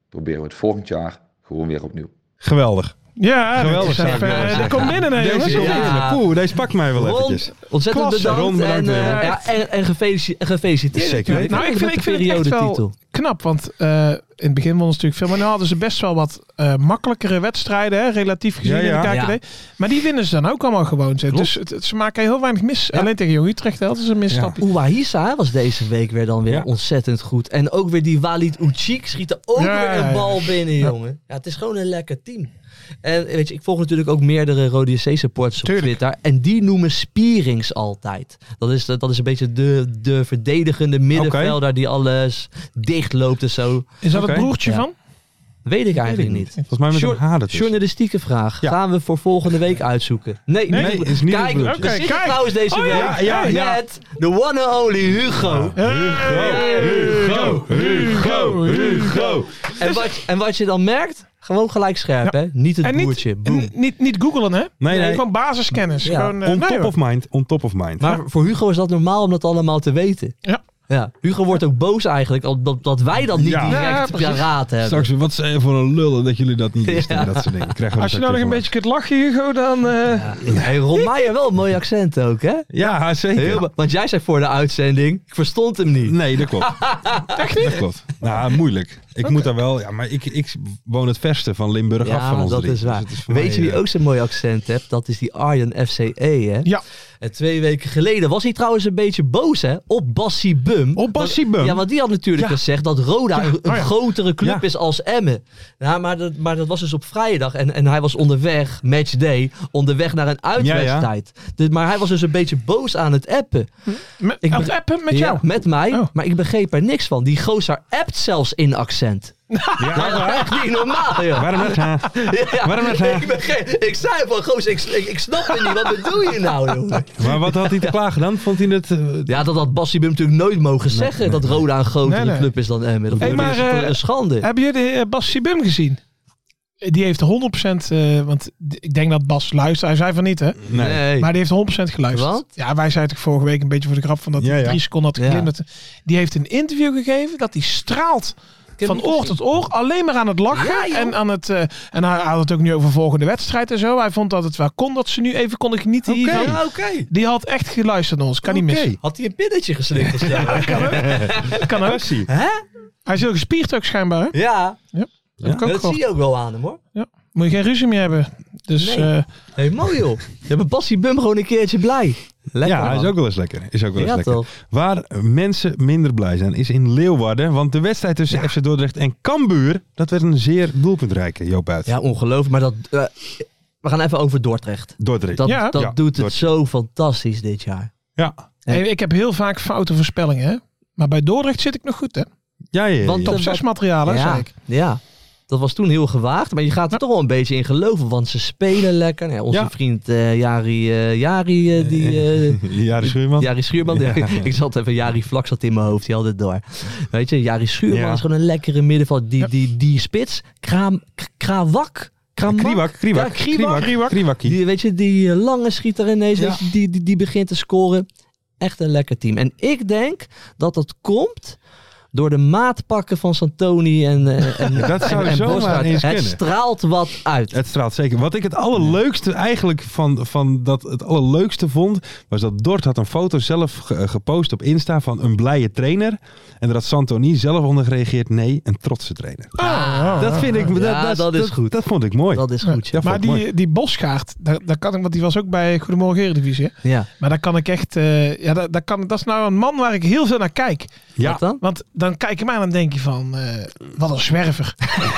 proberen we het volgend jaar gewoon weer opnieuw. Geweldig. Ja, dat Geweldig is zaak, even- eh, jongens. dat komt binnen, hè, Deze, jongens. komt Ja. binnen. Poeh, deze pakt mij wel eventjes. Ron, ontzettend Klasse, bedankt. Ron, bedankt en, eh, weer. ja, en, en gefeliciteerd. en gefeliciteerd. Zeker weten. Nou, ik vind, ik vind het echt wel periodetitel. knap, want eh, in het begin wonnen ze natuurlijk veel, maar nu hadden ze best wel wat eh, makkelijkere wedstrijden, hè, relatief gezien Ja, ja. in de KKD. Maar die winnen ze dan ook allemaal gewoon. Zeg. Klopt. Dus het- het- ze maken heel weinig mis. Alleen tegen Jong Utrecht hadden ze een misstapje. Ouahisa was deze week weer dan weer Ja. ontzettend goed. En ook weer die Walid Uchik schiet er ook Ja, weer ja, een ja. bal binnen, jongen. Ja, het is gewoon een lekker team. En weet je, ik volg natuurlijk ook meerdere Rode JC supporters op Tuurlijk. Twitter. En die noemen Spierings altijd. Dat is, dat is een beetje de, de verdedigende middenvelder die alles dichtloopt en zo. Is dat Oké. het broertje Ja. van? Weet ik eigenlijk ik niet. Volgens mij met Jour- een H dat is. Journalistieke vraag. Ja. Gaan we voor volgende week uitzoeken? Nee, Nee, is niet het Kijk, broertje. we Oké, zitten kijk. trouwens deze Oh, week ja, ja, ja. met de one and only Hugo. Hugo, Hugo, Hugo. En, wat, en wat je dan merkt, gewoon gelijk scherp, hè? Niet het En niet, broertje. en Boom. niet, niet googelen, hè? Nee, nee. Gewoon basiskennis. Ja. Gewoon, eh, On nee, top hoor. of mind, on top of mind. maar voor Hugo is dat normaal om dat allemaal te weten. Ja. Ja, Hugo wordt ook boos eigenlijk dat, dat wij dat niet Ja. Ja, direct precies. paraat hebben. Straks, wat zijn je voor een lullen dat jullie dat niet wisten? Ja. dus- Dat soort dingen. Krijgen we Als je dat nou ook nog een weer beetje kunt lachen, Hugo, dan... eh, Hey, Ron Meijer, wel een mooi accent ook, hè? van. Ja, zeker. Heel be- Want jij zei voor de uitzending, ik verstond hem niet. Nee, dat klopt. Echt niet? Dat klopt. Nou, moeilijk. Ik moet daar wel, ja, maar ik, ik woon het verste van Limburg af van ons dat drie. is waar. Dus het voor Weet mij, je wie eh, ook zo'n mooi accent hebt? Dat is die Arjen FCE, E, hè? Ja. En twee weken geleden was hij trouwens een beetje boos, hè? Op Bassie Bum. Op Oh, Bassie Want- Bum? Ja, want die had natuurlijk Ja. gezegd dat Roda een, een oh ja. grotere club Ja. is als Emmen. Ja, maar dat, maar dat was dus op vrijdag. En, en hij was onderweg, matchday, onderweg naar een uitwedstrijd. Dus, maar hij was dus een beetje boos aan het appen. Me- Ik aan ben- het appen met Ja, jou. met mij. Oh. Maar ik begreep er niks van. Die gozer appt zelfs in accent. Ja, Dat is echt niet [laughs] normaal, joh. waarom echt? hè? Ja, Waarom is hij- ik, begreep- ik zei van, goos, ik, ik, ik snap het niet. Wat bedoel je nou, jongen? Maar wat had hij te klagen dan? Vond hij het... eh, Ja, dat had Bassie Bum natuurlijk nooit mogen zeggen. dat Roda een grotere Nee, nee. club is dan Emmen. Dat Hey, vond ik dus maar, een- eh, een schande. Hebben jullie eh, Bas Sibum gezien? Eh, Die heeft 100%, eh, want d- ik denk dat Bas luistert. Hij zei van niet, hè? nee. Maar die heeft 100% geluisterd. Wat? Ja, wij zeiden het vorige week een beetje voor de grap van dat Ja, hij ja. drie seconden had Ja. geklimmerd. Die heeft een interview gegeven dat hij straalt heb van hem oor tot oor. Alleen maar aan het lachen. en, aan het, eh, en hij had het ook nu over volgende wedstrijd en zo. Hij vond dat het wel kon dat ze nu even konden genieten hiervan. Ja, oké. Die had echt geluisterd naar ons. Kan niet missen. Had hij een pinnetje geslikt of zo? Kan ook. Hè? Hij is heel gespierd ook schijnbaar. Hè? Ja, Heb ik ook dat gehoord. zie je ook wel aan hem, hoor. Moet je geen ruzie meer hebben. Dus Nee. eh, Hé, hey, mooi, joh. Je hebt Bassie Bum gewoon een keertje blij. Lekker, ja, man. is ook wel eens lekker. Is ook wel eens Ja, lekker. toch? Waar mensen minder blij zijn is in Leeuwarden. Want de wedstrijd tussen FC Dordrecht en Cambuur, dat werd een zeer doelpuntrijke, Joop Buit. Ja, ongelooflijk. Maar dat... eh, we gaan even over Dordrecht. Dordrecht. Dat, Ja. dat Ja, doet het Dordrecht. zo fantastisch dit jaar. Ja, Nee. hey, ik heb heel vaak foute voorspellingen. Hè? Maar bij Dordrecht zit ik nog goed, hè? ja, ja. ja, Want ja. dat- Top 6 materialen, ja, zei ik. Ja, dat was toen heel gewaagd. Maar je gaat er toch wel een beetje in geloven. Want ze spelen lekker. Nou, onze Ja. vriend eh, Jari, eh, Jari, eh, die, [laughs] eh, Ja, de Schuurman. Jari Schuurman. [laughs] ik zat even, Jari Vlak zat in mijn hoofd. Die had het door. Weet je, Jari Schuurman Ja. is gewoon een lekkere middenveld. Die, die, die spits, Kraam, K- Krawak. Kramak. Kriwak, Kriwak, Ja, Kriwak. Kriwak, Kriwakkie. Die, weet je, die eh, lange schieter ineens, Ja. weet je, die, die, die begint te scoren. Echt een lekker team. En ik denk dat dat komt door de maatpakken van Santoni en, eh, [laughs] en, Dat zou en, en zomaar Bosgaard. eens Het kunnen. straalt wat uit. Het straalt zeker. Wat ik het allerleukste eigenlijk van, van dat het allerleukste vond, was dat Dort had een foto zelf ge- eh, gepost op Insta van een blije trainer. En daar had Santoni zelf onder gereageerd, nee, een trotse trainer. Ah. dat vind ik, dat, Ah, Ja, dat, dat is goed. Dat vond ik mooi. dat is goed. Ja. Ja, Maar vond ik mooi. die, die Bosgaard, daar, daar kan ik, want die was ook bij Goedemorgen Eredivisie. hè? Ja. Maar daar kan ik echt, eh, ja, daar, daar kan, dat is nou een man waar ik heel veel naar kijk. Ja. Wat dan? Want dan kijk je hem aan en denk je van, eh, wat een zwerver. [laughs]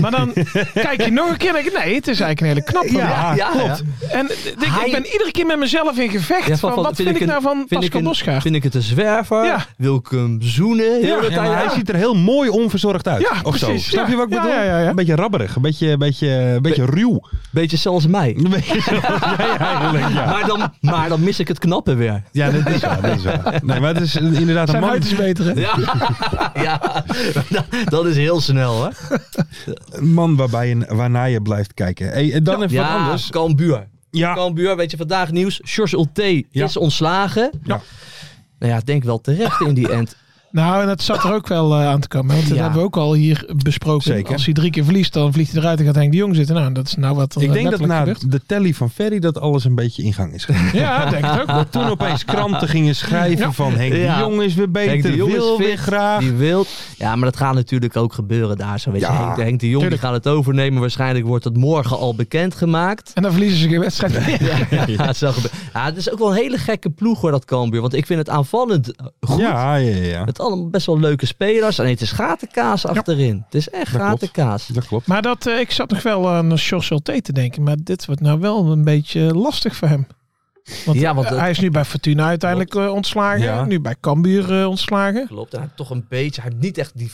maar dan kijk je nog een keer en denk je, nee, het is eigenlijk een hele knap van Ja, hem. ja, klopt. En d- ik, Hij- ik ben iedere keer met mezelf in gevecht. Ja, van, wat vind, ik een- nou van vind ik Pascal een- Bosgaard? Vind ik het een zwerver? Ja. Wil ik hem zoenen? Heel Ja, de maar tijd- hij ja. ziet er heel mooi onverzorgd uit. Ja, of zo. precies, Snap ja. je wat ik Ja, bedoel? ja, ja, ja. Een beetje rabberig, een beetje, een beetje, een beetje ruw. [laughs] Beetje zoals mij. Een beetje zoals jij eigenlijk, ja. Maar, dan, maar dan mis ik het knappen weer. Ja, dat is waar. Dat is waar. Nee, maar het is inderdaad een Zijn man. huid is beter, hè? Ja, [laughs] ja. dat is heel snel hè. Een man waarbij je, waarnaar je blijft kijken. Hey, en dan even ja, wat anders. Cambuur. Ja, Cambuur, weet je, vandaag nieuws. George Ulte Ja. is ontslagen. Ja. Nou ja, ik denk wel terecht in die end. Nou, en dat zat er ook wel eh, aan te komen. Want dat Ja. hebben we ook al hier besproken. Zeker. Als hij drie keer verliest, dan vliegt hij eruit en gaat Henk de Jong zitten. Nou, dat is nou wat er ik denk dat letterlijk na gebeurt. de telly van Ferry dat alles een beetje in gang [laughs] is gegaan. Ja, ik denk [laughs] het ook. Dat toen opeens kranten gingen schrijven van Henk Ja. de Jong is weer beter, Henk de Jong is wil fit, weer graag. Die wilt. Ja, maar dat gaat natuurlijk ook gebeuren daar. Zo weet je, Ja, Henk, Henk de Jong die tuurlijk. gaat het overnemen. Waarschijnlijk wordt dat morgen al bekendgemaakt. En dan verliezen ze geen wedstrijd. Ja, [laughs] ja, het zal gebeuren. ja, het is ook wel een hele gekke ploeg hoor, dat Cambuur. Want ik vind het aanvallend goed. Ja, ja, ja, ja. Met allemaal best wel leuke spelers. Alleen het is gatenkaas achterin. Het is echt klopt. gatenkaas. Dat klopt. Maar dat, eh, ik zat nog wel aan Sjors Solté te denken. Maar dit wordt nou wel een beetje lastig voor hem. Want, Ja, want eh, het- hij is nu bij Fortuna uiteindelijk eh, ontslagen. Ja. Nu bij Cambuur eh, ontslagen. Klopt, hij heeft toch een beetje. Hij heeft niet echt die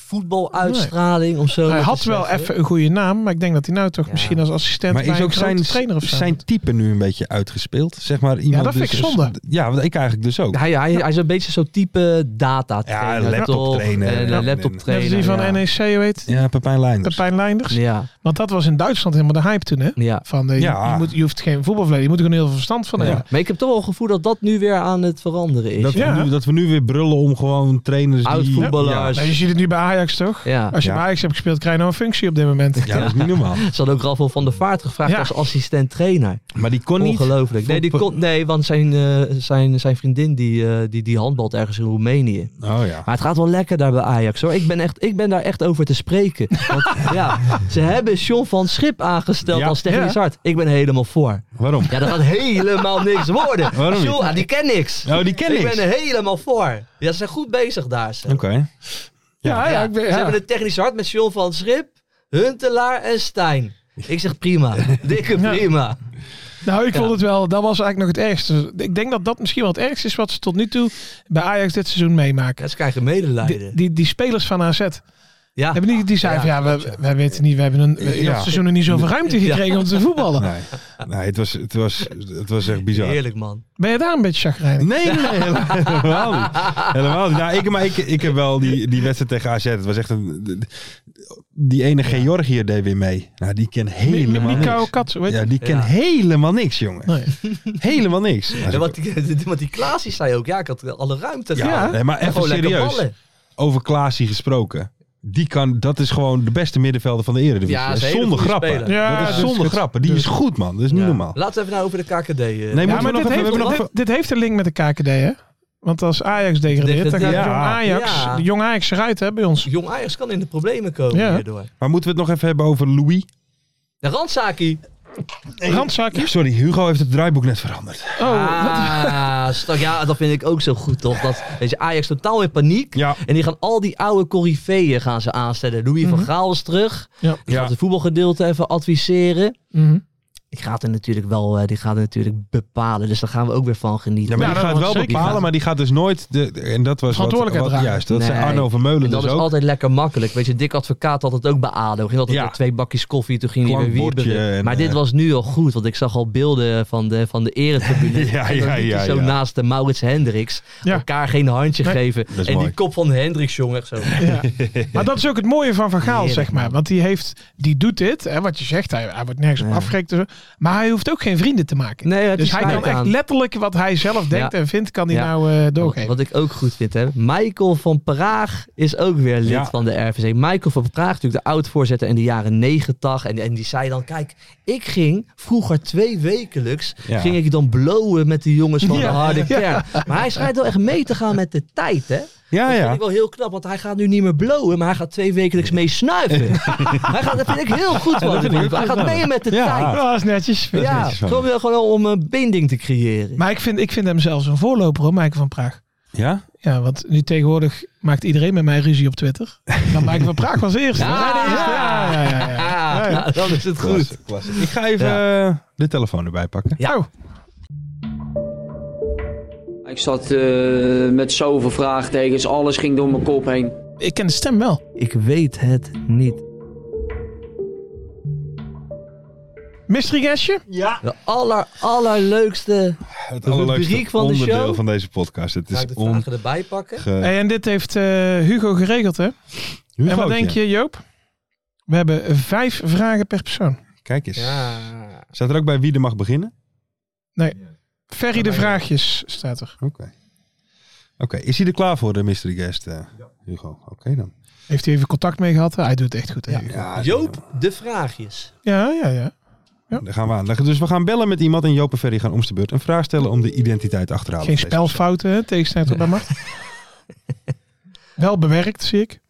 voetbaluitstraling om zo. Hij te had wel zeggen. even een goede naam. Maar ik denk dat hij nou toch Ja. misschien als assistent Maar bij is een ook grote zijn, trainer of zo. zijn type nu een beetje uitgespeeld? Zeg maar iemand dat vind dus- ik zonde. Ja, want ik eigenlijk dus ook. Hij, hij, hij is een beetje zo'n type data trainer. Ja, laptop toch? trainer. En, eh, Ja. laptop Net als Net als trainer, die van E ja. NEC, weet je, Ja, Pepijn Leijnders. Pepijn Leinders. Ja, Want dat was in Duitsland helemaal de hype toen, hè? ja. Van, eh, Ja. je, moet, je hoeft geen voetbalverleden, je moet er gewoon heel veel verstand van Ja. hebben. Met Maar ik heb toch wel het gevoel dat dat nu weer aan het veranderen is. Dat, we Ja. nu, dat we nu weer brullen om gewoon trainers Oud die... voetballers. Nee, je ziet het nu bij Ajax toch? Ja. Als je Ja. bij Ajax hebt gespeeld, krijg je nou een functie op dit moment. Ja, dat is niet [laughs] normaal. Ze hadden ook Rafael van der Vaart gevraagd Ja. als assistent trainer. Maar die kon niet. Ongelooflijk. Oh, Nee, die kon, nee, want zijn, eh, zijn, zijn vriendin die, eh, die, die handbalt ergens in Roemenië. Oh ja. Maar het gaat wel lekker daar bij Ajax hoor. Ik ben, echt, ik ben daar echt over te spreken. Want, ja, ze hebben Sean van Schip aangesteld Ja. als technisch Ja. hart. Ik ben helemaal voor. Waarom? Ja, dat gaat helemaal niks worden. Waarom niet? Sean, ah, die ken niks. Oh, die ken ik niks. ben er helemaal voor. Ja, ze zijn goed bezig daar. Ze, Oké. Ah, Ja, ja, Ja, ik ben, Ze ja. hebben een technisch hart met Sean van Schip, Huntelaar en Stijn. Ik zeg prima. Dikke Ja. prima. Nou, ik Ja. vond het wel, dat was eigenlijk nog het ergste. Ik denk dat dat misschien wel het ergste is wat ze tot nu toe bij Ajax dit seizoen meemaken. Ja, ze krijgen Die, medelijden. die, die spelers van AZ, Ja. hebben die, die zeiden Ja, van ja, we, wij weten niet, we hebben een, in Ja. dat seizoen nog niet zoveel ruimte Ja. gekregen om te voetballen. Nee, nee het, was, het, was, het was echt bizar. Heerlijk man. Ben je daar een beetje chagrijnig? Nee, nee, nee, hele- helemaal niet. Helemaal niet. Nou, ik, maar ik, ik heb wel die, die wedstrijd tegen AZ. Het was echt een... Die ene Georgiër deed weer mee. Nou, die ken helemaal Die koude niks. kat, weet je? Ja, die ken Ja. helemaal niks, jongen. Nee. Helemaal niks. Ja, want, die, want die Klaas die zei ook, ja, ik had alle ruimte. Ja, nee, maar even gewoon lekker serieus. ballen. Over Klaasie gesproken. Die kan, dat is gewoon de beste middenvelder van de Eredivisie. Ja, is een hele zonder goede grappen. speler. Ja, dat is dus zonder het- grappen. Die is goed, man. Dat is niet Ja. normaal. Laten we even nou over de KKD. eh, Nee, Ja, moeten maar we nog dit even... we hebben nog heeft, even- dit, dit heeft een link met de KKD, hè? Want als Ajax degradeert, dan gaat Ja. jong Ajax, Ja. de jong Ajax eruit hè, bij ons. Jong Ajax kan in de problemen komen Ja. hierdoor. Maar moeten we het nog even hebben over Louis? De Randzaki. Randzakje. Sorry, Hugo heeft het draaiboek net veranderd. Oh, wat- Ah, stak, ja, dat vind ik ook zo goed, toch? Dat weet je, Ajax totaal in paniek. Ja. En die gaan al die oude coryfeeën gaan ze aanstellen. Louis van Mhm. Gaal is terug. Ja. Die gaat het voetbalgedeelte even adviseren. Mhm. Die gaat er natuurlijk wel, eh, die gaat er natuurlijk bepalen. Dus daar gaan we ook weer van genieten. Ja, maar Ja, die dat gaat wel was zeker. bepalen, maar die gaat dus nooit... De, de- en dat was Verantwoordelijkheid wat, wat, dragen. Juist, dat zei Nee. Arno Vermeulen En dat dus is ook. altijd lekker makkelijk. Weet je, Dick Advocaat had het ook bij ADO. Ging altijd Ja. met twee bakjes koffie, toen ging hij weer Klankbordje wieberen. en, Maar dit eh, was nu al goed, want ik zag al beelden van de, van de eretribune. [laughs] En Ja, dan ja, liep hij ja, Zo ja. naast de Maurits Hendricks. Ja. Elkaar geen handje Nee. geven. is en mooi. die kop van Hendricks, jongen, echt zo. Ja. Maar dat is ook het mooie van Van Gaal, Heerlijk, zeg maar. man. Want die, heeft, die doet dit, hè, wat je zegt. Hij, hij wordt nergens op Ja. afgerekend. en zo. Maar hij hoeft ook geen vrienden te maken. Nee, het dus is hij gelijk kan echt aan. letterlijk wat hij zelf denkt en vindt, kan hij Ja. nou eh, doorgeven. Wat ik ook goed vind, hè. Michael van Praag is ook weer lid Ja. van de RVC. Michael van Praag, natuurlijk de oud-voorzitter in de jaren negentig. En, en die zei dan, kijk, ik ging vroeger twee wekelijks... Ja. ging ik dan blowen met de jongens van de Ja, harde ja. kern. Maar hij schijnt wel echt mee te gaan met de tijd, hè. Ja, Dat vind ja. ik wel heel knap, want hij gaat nu niet meer blowen, maar hij gaat twee wekelijks mee snuiven. [laughs] hij gaat, dat vind ik heel goed van hem. Hij gaat mee met de Ja. tijd. Ja, dat is netjes. Ja, netjes van hem. gewoon, gewoon om een binding te creëren. Maar ik vind, ik vind hem zelfs een voorloper, hoor, Michael van Praag. Ja? Ja, want nu tegenwoordig maakt iedereen met mij ruzie op Twitter. Dan Michael van Praag was eerst. Ja, de eerste. ja. Ja, ja, ja, ja. Ah, nou, dan is het goed. Klasse, klasse. Ik ga even eh, de telefoon erbij pakken. Ja. Oh. Ik zat eh, met zoveel vraagtekens, alles ging door mijn kop heen. Ik ken de stem wel. Ik weet het niet. Mystery guestje? De aller, allerleukste. Het rubriek van de onderdeel show. van deze podcast. Het Ga is ik de on... vragen erbij pakken? Ge... Hey, en dit heeft eh, Hugo geregeld, hè? en wat denk je, Joop? We hebben vijf vragen per persoon. Kijk eens. Ja. Staat er ook bij wie er mag beginnen? Ferry de vraagjes staat er. Oké. Oké, is hij er klaar voor, de mystery guest, eh, Hugo? Oké dan. Heeft hij even contact mee gehad? Hij doet het echt goed. hè, Hugo? Ja, Joop, de vraagjes. ja, ja. ja. Daar gaan we aan. Dus we gaan bellen met iemand en Joop en Ferry gaan om de beurt een vraag stellen om de identiteit achterhalen. Geen van deze persoon. spelfouten, hè? Tegenstrijdig bij macht. [laughs] wel bewerkt, zie ik.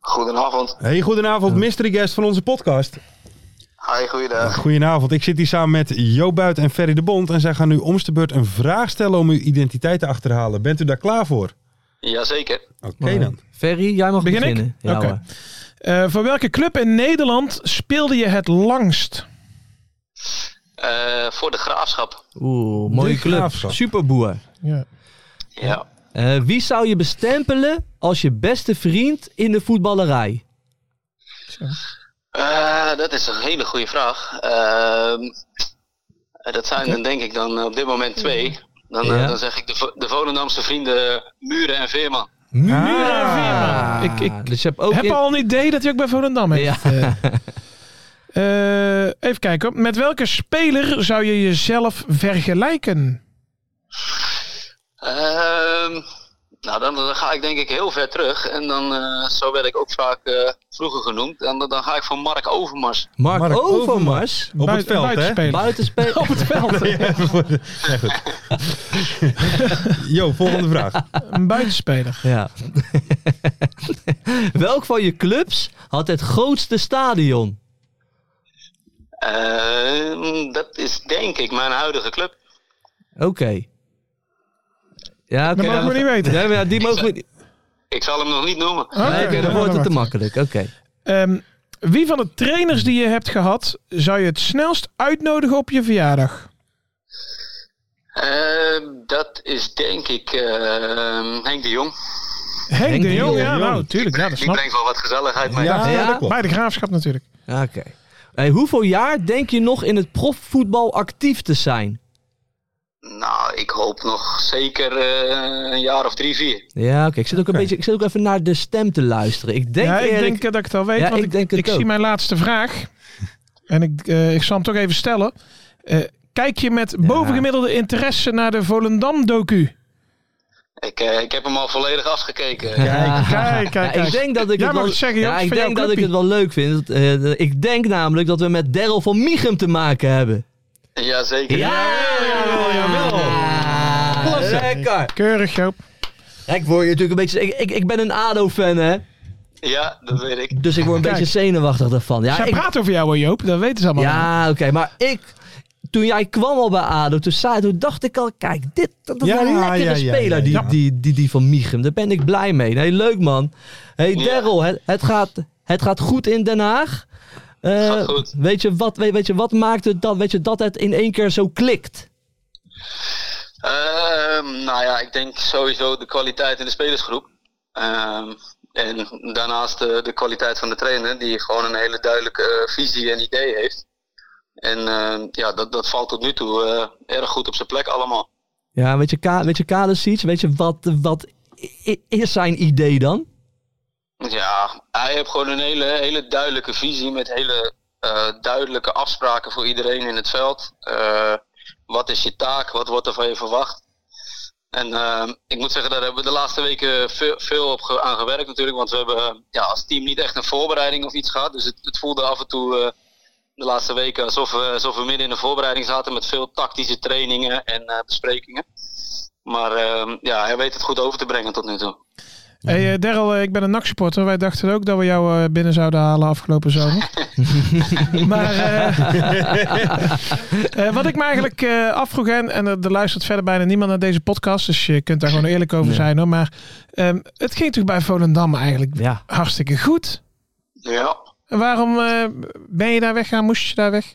Goedenavond. Hey, goedenavond, mystery guest van onze podcast. Hi, goeiedag. Goedenavond, ik zit hier samen met Joop Buit en Ferry de Bond. En zij gaan nu om de beurt een vraag stellen om uw identiteit te achterhalen. Bent u daar klaar voor? Jazeker. Oké dan. Ferry, jij mag Begin ik? beginnen. Ja, Oké. hoor. Eh, voor welke club in Nederland speelde je het langst? Eh, voor de graafschap. Oeh, mooie De club. Graafschap. Superboer. Ja. Ja. Eh, wie zou je bestempelen als je beste vriend in de voetballerij? Eh, dat is een hele goede vraag. Ehm, eh, dat zijn dan denk ik dan op dit moment twee. Dan, eh, Ja. dan zeg ik de, Vo- de Volendamse vrienden Muren en Veerman. Veerman. Ah, Ik- ik dus je hebt Ah. ook Heb in- al een idee dat hij ook bij Volendam heeft. Ja. Eh, even kijken. hoor. Met welke speler zou je jezelf vergelijken? Ehm, nou, dan, dan ga ik denk ik heel ver terug. En dan, eh, zo werd ik ook vaak eh, vroeger genoemd. En dan, dan ga ik voor Mark Overmars. Mark, Mark Overmars. Op het veld, hè? Buitenspelen. [laughs] Op het veld. [laughs] Ja, goed. Jo, volgende vraag. Een buitenspeler. Ja. [laughs] Welk van je clubs had het grootste stadion? Ehm, dat is denk ik mijn huidige club. Oké. Ja, oké, Dat mogen we niet weten. Ja, maar ja, die mogen we niet. Ik zal hem nog niet noemen. Nee, oké, dan wordt het te Wacht. makkelijk. Oké. Ehm, wie van de trainers die je hebt gehad, zou je het snelst uitnodigen op je verjaardag? Ehm, dat is denk ik ehm, Henk de Jong. Henk de de Jong, Jong, ja, Jong. nou, tuurlijk, ja, dat Die snap ik. brengt wel wat gezelligheid mee. Ja, Ja? dat klopt. Bij de graafschap natuurlijk. Oké. Hey, hoeveel jaar denk je nog in het profvoetbal actief te zijn? Nou, ik hoop nog zeker eh, een jaar of drie, vier. Ja, oké. Ik zit ook een beetje. Ik zit ook even naar de stem te luisteren. Ik denk ja, ik eerlijk. denk eh, dat ik het al weet, Ja, want ik ik, denk ik, het zie ook. mijn laatste [laughs] vraag. En ik, eh, ik zal hem toch even stellen. Eh, kijk je met bovengemiddelde interesse naar de Volendam-docu? Ik, eh, ik heb hem al volledig afgekeken. Ja. Kijk, kijk, Ja, kijk. ik denk dat ik het Jij mag wel, het zeggen, Joop, ja, het is ik van jouw denk dat ik clubpie. het wel leuk vind. Dat, eh, ik denk namelijk dat we met Daryl van Michum te maken hebben. [laughs] Jazeker. jawel, jawel. Lekker. Keurig, Joop. Ja, ik word hier natuurlijk een beetje. Ik, ik, ik ben een ADO-fan, hè? Ja, dat weet ik. Dus ik word een Kijk. beetje zenuwachtig daarvan. Ja, Zij ik, praten over jou hoor, Joop. Dat weten ze allemaal. Ja, oké, maar ik. Toen jij kwam al bij ADO, toen, zei, toen dacht ik al, kijk, dit dat is Ja, een lekkere ja, ja, speler, ja, die, ja. Die, die, die van Michum. Daar ben ik blij mee. Hey, leuk man. hey, Ja. Daryl, het, het, gaat, het gaat goed in Den Haag. Eh, Gaat goed. Weet je, wat, weet, weet je wat maakt het dat, weet je, dat het in één keer zo klikt? Ehm, nou ja, ik denk sowieso de kwaliteit in de spelersgroep. Ehm, en daarnaast eh, de kwaliteit van de trainer, die gewoon een hele duidelijke eh, visie en idee heeft. En ehm, ja, dat, dat valt tot nu toe eh, erg goed op zijn plek allemaal. Ja, weet je, Ka weet je Kalesic, weet je, wat, wat i- is zijn idee dan? Ja, hij heeft gewoon een hele, hele duidelijke visie met hele eh, duidelijke afspraken voor iedereen in het veld. Eh, wat is je taak? Wat wordt er van je verwacht? En ehm, ik moet zeggen, daar hebben we de laatste weken veel, veel op ge- aan gewerkt natuurlijk. Want we hebben eh, ja, als team niet echt een voorbereiding of iets gehad. Dus het, het voelde af en toe eh, de laatste weken alsof we, alsof we midden in de voorbereiding zaten met veel tactische trainingen en eh, besprekingen. Maar ehm, ja, hij weet het goed over te brengen tot nu toe. Hey, eh, Daryl, eh, ik ben een NAC-supporter. Wij dachten ook dat we jou eh, binnen zouden halen afgelopen [laughs] zomer. maar eh, eh, wat ik me eigenlijk eh, afvroeg, en, en er, er luistert verder bijna niemand naar deze podcast, dus je kunt daar gewoon eerlijk over zijn hoor. Maar ehm, het ging toch bij Volendam eigenlijk Ja. hartstikke goed. Ja, En waarom eh, ben je daar weggaan? Moest je daar [laughs] weg?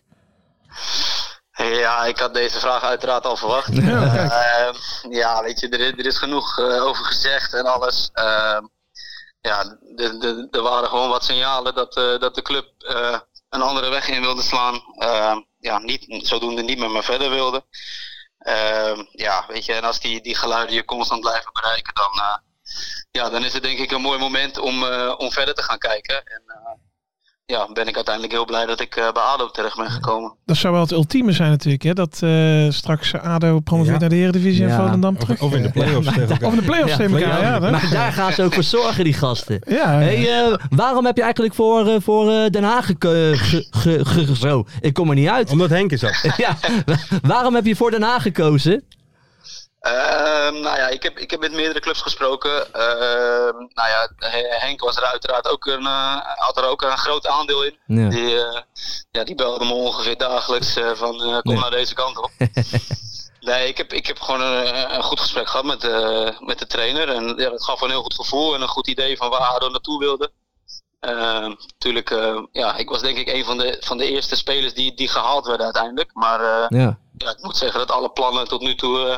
Ja, ik had deze vraag uiteraard al verwacht. Ehm, ja, weet je, er, is- er is genoeg eh, over gezegd en alles. Ehm, ja, de- de- er waren gewoon wat signalen dat, eh, dat de club eh, een andere weg in wilde slaan. Ehm, ja, niet, zodoende niet met me verder wilde. Ehm, ja, weet je, en als die, die geluiden je constant blijven bereiken, dan, eh, ja, dan is het denk ik een mooi moment om, eh, om verder te gaan kijken. En eh, ja, ben ik uiteindelijk heel blij dat ik eh, bij ADO terecht ben gekomen. Dat zou wel het ultieme zijn natuurlijk, hè? dat eh, straks ADO promoveert Ja. naar de Eredivisie en Ja. Volendam Of, terug. of in de play-offs tegen elkaar. Of in de play-offs Ja, tegen elkaar, ja. hè? Maar daar gaan ze ook voor zorgen, die gasten. Ja, Hey, eh, waarom heb je eigenlijk voor, eh, voor eh, Den Haag geko- ge- ge- ge- zo? Ik kom er niet uit. Omdat Henk is dat. [laughs] ja, wa- waarom heb je voor Den Haag gekozen? Ehm, nou ja, ik heb, ik heb met meerdere clubs gesproken. Ehm, nou ja, He- Henk was er uiteraard ook een, eh, had er ook een groot aandeel in. Ja. Die, eh, ja, die belde me ongeveer dagelijks eh, van eh, kom Ja. naar deze kant [laughs] op. nee, ik heb, ik heb gewoon een, een goed gesprek gehad met, eh, met de trainer. En ja, dat gaf een heel goed gevoel en een goed idee van waar ADO naartoe wilde. Ehm, Natuurlijk, eh, ja, ik was denk ik een van de, van de eerste spelers die, die gehaald werden uiteindelijk. Maar eh, Ja. ja, ik moet zeggen dat alle plannen tot nu toe eh,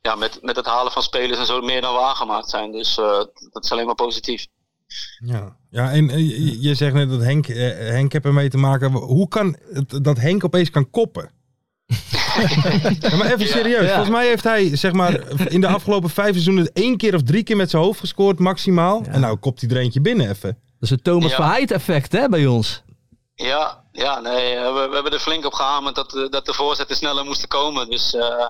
ja, met, met het halen van spelers en zo meer dan waargemaakt zijn. Dus eh, dat is alleen maar positief. Ja, ja en eh, je- je zegt net dat Henk, eh, Henk heeft ermee te maken. Hoe kan het dat Henk opeens kan koppen? ja, maar even serieus. Ja. Volgens mij heeft hij zeg maar, in de afgelopen vijf seizoenen één keer of drie keer met zijn hoofd gescoord maximaal. En nou kopt hij er eentje binnen even. Dat is het Thomas Ja. Verheid effect hè, bij ons. Ja, ja nee, eh, we, we hebben er flink op gehamerd dat, eh, dat de voorzetten sneller moesten komen. Dus eh,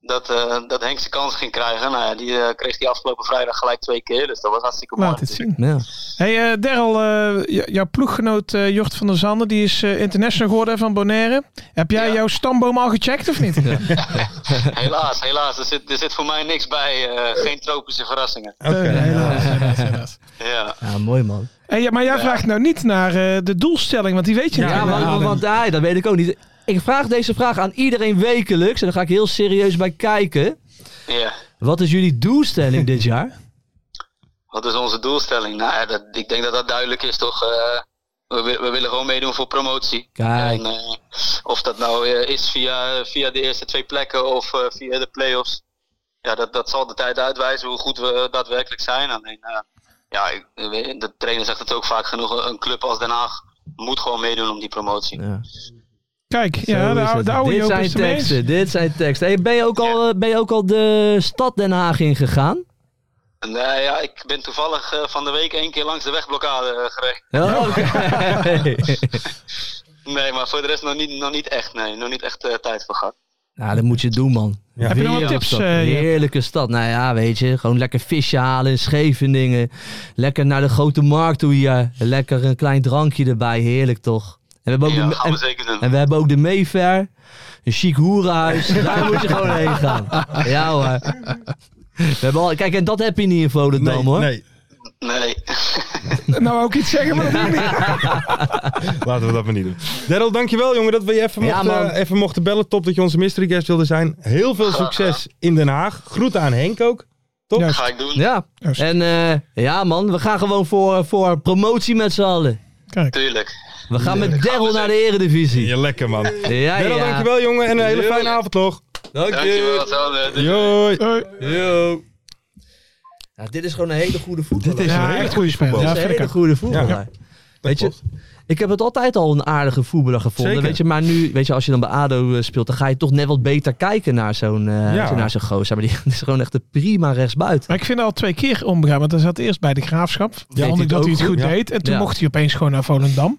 dat, eh, dat Henk zijn kans ging krijgen. Nou, ja, die eh, kreeg hij afgelopen vrijdag gelijk twee keer. Dus dat was hartstikke mooi. Laat [laughs] het zien. Ja. Hey, eh Daryl, eh, j- jouw ploeggenoot eh, Jort van der Zanden, die is eh, international geworden van Bonaire. Heb jij Ja. jouw stamboom al [laughs] gecheckt of niet? Helaas, helaas. Er zit, er zit voor mij niks bij. eh, geen tropische verrassingen. Eh, helaas, helaas, helaas. Ja. Ja, mooi man. Hey, ja, maar jij vraagt nou niet naar eh, de doelstelling, want die weet je Ja, niet. want, want, want, ah, dat weet ik ook niet. Ik vraag deze vraag aan iedereen wekelijks en daar ga ik heel serieus bij kijken. ja. Wat is jullie doelstelling dit jaar? Wat is onze doelstelling? Nou, ja, dat, ik denk dat dat duidelijk is, toch? Eh, we, wi- we willen gewoon meedoen voor promotie. Kijk. En, eh, of dat nou eh, is via, via de eerste twee plekken of eh, via de play-offs. Ja, dat, dat zal de tijd uitwijzen hoe goed we daadwerkelijk zijn. Alleen, eh, ja, ik- ik weet- de trainer zegt het ook vaak genoeg. Een club als Den Haag moet gewoon meedoen om die promotie. [laughs] Ja. Kijk, ja, Zo de, is oude- het. de oude dit Joop zijn is er mee eens. teksten, dit zijn teksten. Hey, ben, je ook al, eh, ben je ook al de stad Den Haag ingegaan? En, eh, ja, ik ben toevallig eh, van de week één keer langs de wegblokkade eh, gereden. Oh, oké. Nee, maar voor de rest nog niet, nog niet echt. Nee, nog niet echt eh, tijd voor gehad. nou, dat moet je doen, man. Heb je nog wat tips? Stad. eh, Joop? Heerlijke stad. Nou ja, weet je. Gewoon lekker visje halen in Scheveningen. Lekker naar de grote markt toe hier. Lekker een klein drankje erbij. Heerlijk toch? En we hebben ook, Ja, de, gaan we en, zeker doen. en we hebben ook de Mayfair. Een chic [laughs] hoerenhuis. Daar moet je gewoon heen gaan. Ja hoor. We hebben al, kijk, en dat heb je niet in Volendam hoor. nee. Nee. [laughs] Nou, ook iets zeggen, maar [laughs] dat doe ik niet. Laten we dat maar niet doen. Daryl, dankjewel jongen dat we je even, Ja, mochten, man. even mochten bellen. Top dat je onze mystery guest wilde zijn. Heel veel succes in Den Haag. Groeten aan Henk ook. Top. Juist. Ga ik doen. Ja. Juist. En eh, ja man, we gaan gewoon voor, voor promotie met z'n allen. Tuurlijk. We gaan met Daryl naar de eredivisie. Ja, lekker man. Ja, Daryl, ja. dankjewel jongen en een hele Doei. fijne avond nog. Dankjewel. Sander. Doei. Joi. Eh, Hoi. Yo. Nou, dit is gewoon een hele goede voetballer. Dit is Ja, een hele echt goede speler. Dat Ja, is een vind ik hele ook. goede voetballer. Weet je, klopt. ik heb het altijd al een aardige voetballer gevonden. Zeker. Weet je, maar nu, weet je, als je dan bij ADO eh, speelt, dan ga je toch net wat beter kijken naar zo'n eh, Ja. naar zo'n gozer. Maar die [laughs] is gewoon echt een prima rechtsbuiten. Maar ik vind het al twee keer onbegaan, want hij zat eerst bij de Graafschap. vond hij ik dat het hij ook het goed goed? Ja. deed. En toen Ja. mocht hij opeens gewoon naar Volendam.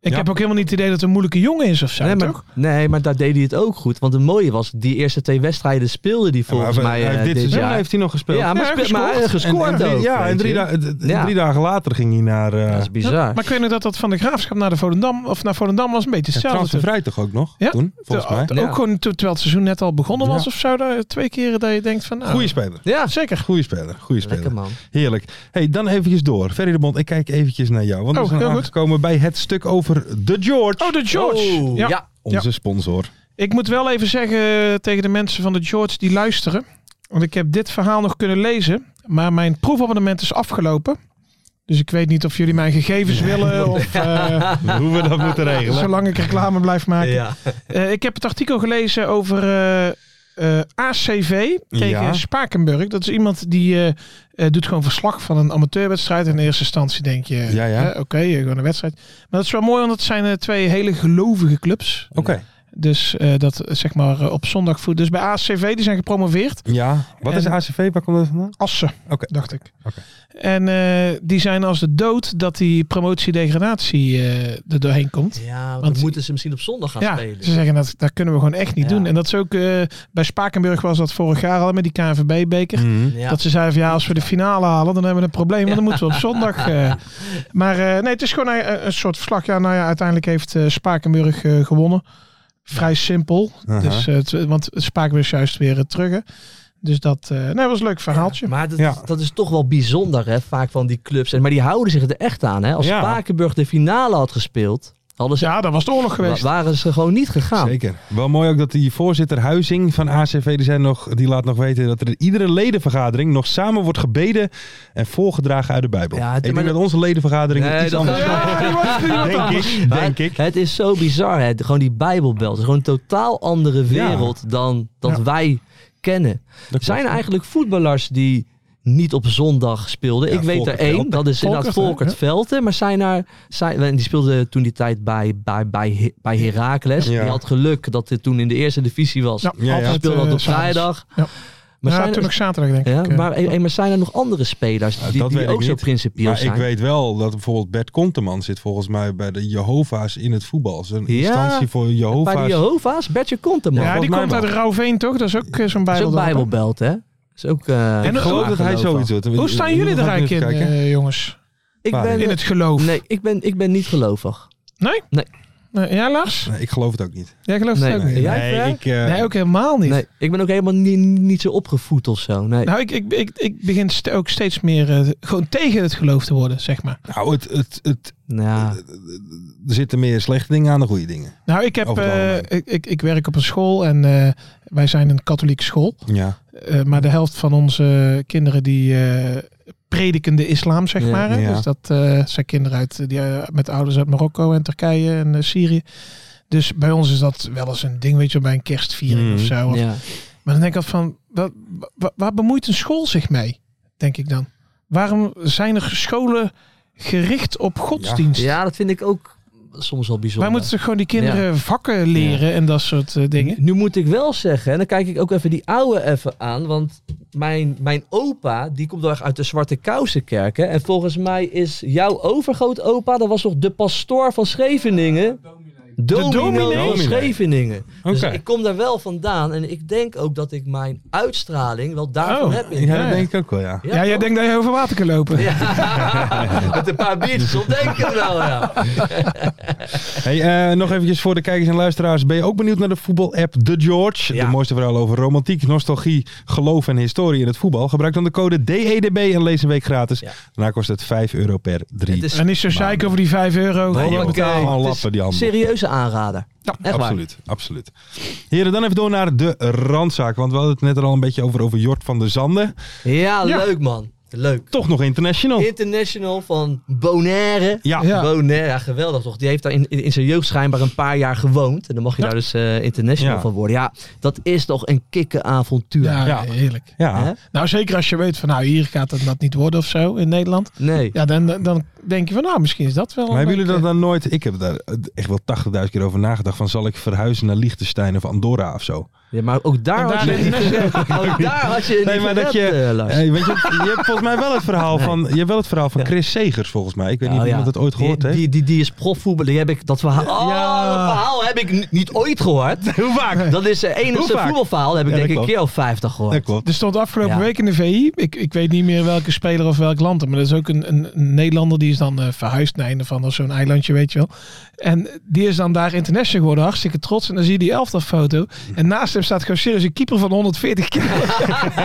Ik Ja. heb ook helemaal niet het idee dat het een moeilijke jongen is of zo, Nee maar, toch? nee, maar daar deed hij het ook goed. Want het mooie was, die eerste twee wedstrijden speelde hij Ja, maar volgens hij- mij hij eh, heeft dit, dit seizoen jaar. heeft hij nog gespeeld. Ja, maar, Ja, spe- gescoord. maar hij heeft En- en gescoord drie- ook. Ja, en weet drie, je. da- d- d- Ja. drie dagen later ging hij naar eh, Dat is bizar. Maar ik weet nog dat dat van de Graafschap naar, de Volendam, of naar Volendam was een beetje ja, hetzelfde. transfervrij toch ook nog? Ja. Toen, volgens Ter- mij. mij. Ook Ja. gewoon ter- terwijl het seizoen net al begonnen was Ja. of zo. Daar, twee keren dat je denkt van... Nou, Goeie speler. Ja, Zeker. Goeie speler. Goeie speler. lekker man. Heerlijk. Hey, dan eventjes door. Ferry de Bond, ik kijk eventjes naar jou. Want Oh, we zijn heel goed. aangekomen bij het stuk over de George. Oh, de George. Oh, ja. ja. Onze sponsor. Ik moet wel even zeggen eh, tegen de mensen van de George die luisteren. Want ik heb dit verhaal nog kunnen lezen. Maar mijn proefabonnement is afgelopen. Dus ik weet niet of jullie mijn gegevens [laughs] willen. Of eh, Hoe we dat moeten regelen. zolang ik reclame blijf maken. Ja. Eh, ik heb het artikel gelezen over eh, eh, ACV tegen Ja. Spakenburg. Dat is iemand die eh, eh, doet gewoon verslag van een amateurwedstrijd. In eerste instantie denk je, Ja, ja. eh, oké, eh, gewoon een wedstrijd. Maar dat is wel mooi, want het zijn eh, twee hele gelovige clubs. Oké. Dus eh, dat eh, zeg maar eh, op zondag voet. Dus bij ACV, die zijn gepromoveerd. Ja. Wat is En- ACV? Waar komt dat vandaan? Assen, Oké. dacht ik. Oké. En eh, die zijn als de dood dat die promotie-degradatie eh, er doorheen komt. Ja, want Want- dan moeten ze misschien op zondag gaan Ja, spelen. ze zeggen dat, dat kunnen we gewoon echt niet Ja. doen. En dat is ook eh, bij Spakenburg was dat vorig jaar al met die Mm. KNVB-beker. Ja. Dat ze zeiden van ja, als we de finale halen, dan hebben we een probleem. Want dan moeten we [laughs] op zondag. eh. Maar eh, nee, het is gewoon eh, een soort verslag. Ja, nou ja, uiteindelijk heeft eh, Spakenburg eh, gewonnen. Vrij simpel. Aha. Dus, eh, het- want Spakenburg is juist weer eh, terug. hè. Dus dat eh, nee, was een leuk verhaaltje. Maar dat, Ja. dat is toch wel bijzonder, hè, vaak van die clubs. En, maar die houden zich er echt aan. Hè. Als Ja. Spakenburg de finale had gespeeld, hadden ze, Ja, dat was de oorlog wa- geweest. waren ze gewoon niet gegaan. Zeker. Wel mooi ook dat die voorzitter Huizing van ACV, die, zijn nog, die laat nog weten dat er in iedere ledenvergadering nog samen wordt gebeden en voorgedragen uit de Bijbel. Ja, ik denk maar dat dat- onze ledenvergadering Nee, iets dat- anders Ja, die was die was- Denk ik, Maar denk het- ik. Het is zo bizar, hè. gewoon die Bijbelbelt. Het is gewoon een totaal andere wereld dan dat Ja. wij kennen. Er zijn klopt. eigenlijk voetballers die niet op zondag speelden. Ja, ik weet Volkert er één, Velte. dat is inderdaad Volkert, hè? Volkert Ja. Velten. Maar zijn er, zijn, en die speelde toen die tijd bij, bij, bij, He- bij Heracles. Ja. Die had geluk dat dit toen in de eerste divisie was. Ja, Ja, ja. Hij altijd, speelde dat eh, op s'avonds. vrijdag. Ja. Maar ja, zijn toen er, ook zaterdag denk ja, ik. eh. maar, eh, maar zijn er nog andere spelers die, Nou, dat die weet ik ook zo niet. principieel Maar zijn? ik weet wel dat bijvoorbeeld Bert Konteman zit volgens mij bij de Jehovah's in het voetbal. Dat is een Ja, instantie voor Jehovah's. Bij de Jehovah's, Bertje Konteman. Ja, ja, die volgens mij komt uit wel. Rauwveen toch? Dat is ook eh, zo'n Dat is ook bijbel. Bijbelbelt, hè? Is ook, eh, En ik geloof dat hij geloof zoiets doet. Hoe staan jullie er eigenlijk in, Kijken. eh, jongens? Ik ben, In het geloof? nee, ik ben, ik ben niet gelovig. Nee? Nee. Nee, Jij Lars? Nee, ik geloof het ook niet. Jij gelooft Nee, het ook nee. niet? Jij, Fer? nee, ik, eh, Nee, ook helemaal niet. Nee, ik ben ook helemaal niet, niet zo opgevoed of zo. Nee. Nou, ik, ik, ik, ik begin st- ook steeds meer eh, gewoon tegen het geloof te worden, zeg maar. nou, het, het, het, ja. er zitten meer slechte dingen aan dan goede dingen. Nou, ik heb, Over het eh, algemeen. ik, ik, ik werk op een school en eh, wij zijn een katholieke school. Ja, Eh, maar de helft van onze kinderen die eh, prediken de islam, zeg Ja, maar. hè. ja. Dus dat eh, zijn kinderen uit, eh, die, eh, met ouders uit Marokko en Turkije en eh, Syrië. Dus bij ons is dat wel eens een ding, weet je, wel, bij een kerstviering Mm, of zo. Of- ja. Maar dan denk ik altijd van, wa- wa- waar, bemoeit een school zich mee? Denk ik dan. Waarom zijn er scholen gericht op godsdienst? ja, dat vind ik ook soms wel bijzonder. Wij moeten toch gewoon die kinderen vakken leren en dat soort eh, dingen? Nu moet ik wel zeggen, en dan kijk ik ook even die oude even aan, want mijn, mijn opa, die komt wel echt uit de Zwarte Kousenkerk. Hè? En volgens mij is jouw overgrootopa, dat was toch de pastoor van Scheveningen? Domino, dominee. van Scheveningen. Dus Oké. ik kom daar wel vandaan en ik denk ook dat ik mijn uitstraling wel daarvan Oh, heb. ja, dat ja. denk ik ook wel, ja. Ja, jij toch? denkt dat je over water kan lopen. Ja, [laughs] met een paar biertjes op denk ik wel, ja. Hey, eh, nog eventjes voor de kijkers en luisteraars. Ben je ook benieuwd naar de voetbal-app The George? Ja. De mooiste verhaal over romantiek, nostalgie, geloof en historie in het voetbal. Gebruik dan de code DEDB en lees een week gratis. Ja. Daarna kost het 5 euro per Het 3. is En niet zo zeik over die 5 euro. Nee, Gewoon joh. betaal- Allemaal het is lappen, die handel. serieuze aanrader. Ja, echt waar. absoluut, absoluut. Heren, dan even door naar de randzaak. Want we hadden het net er al een beetje over, over Jort van der Zanden. Ja, Ja. leuk man. Leuk. Toch nog international. International van Bonaire. Oh. ja. Ja. Bonaire, ja, geweldig toch? Die heeft daar in, in, in zijn jeugd schijnbaar een paar jaar gewoond. En dan mag je daar dus eh, international Ja. van worden. Ja, dat is toch een kikke avontuur. Ja, Ja. heerlijk. Ja. Hè? Nou, zeker als je weet van nou, hier gaat het dat niet worden of zo in Nederland. Nee. Ja, dan, dan denk je van nou, misschien is dat wel... Maar een hebben jullie dat leuke- dan nooit... Ik heb daar echt wel 80.000 keer over nagedacht. Van zal ik verhuizen naar Liechtenstein of Andorra of zo? Ja, maar ook daar, En had, daar je niet [laughs] ook daar had je niet Nee, maar dat gered, je... eh, Lars. eh, want je, je hebt volgens mij wel het verhaal van... Je hebt wel het verhaal van Ja. Chris Segers volgens mij. Ik weet Nou niet ja, of iemand het ooit gehoord die, heeft. die, die, die is profvoetballer. Die heb ik dat verhaal. Oh, Ja. dat verhaal heb ik ni- niet ooit gehoord. Hoe vaak? Dat is het Hoe enige vaak? voetbalverhaal. dat heb ik Ja, denk ik dat een keer of 50 gehoord. Dat klopt. Er stond afgelopen Ja. week in de VI, ik, ik weet niet meer welke speler of welk land, maar dat is ook een, een, een Nederlander die is dan eh, verhuisd naar een of ander zo'n eilandje, weet je wel. En die is dan daar international geworden, hartstikke trots. En dan zie je die elftalfoto en naast hem staat gewoon serieus een keeper van 140 kilo. [laughs]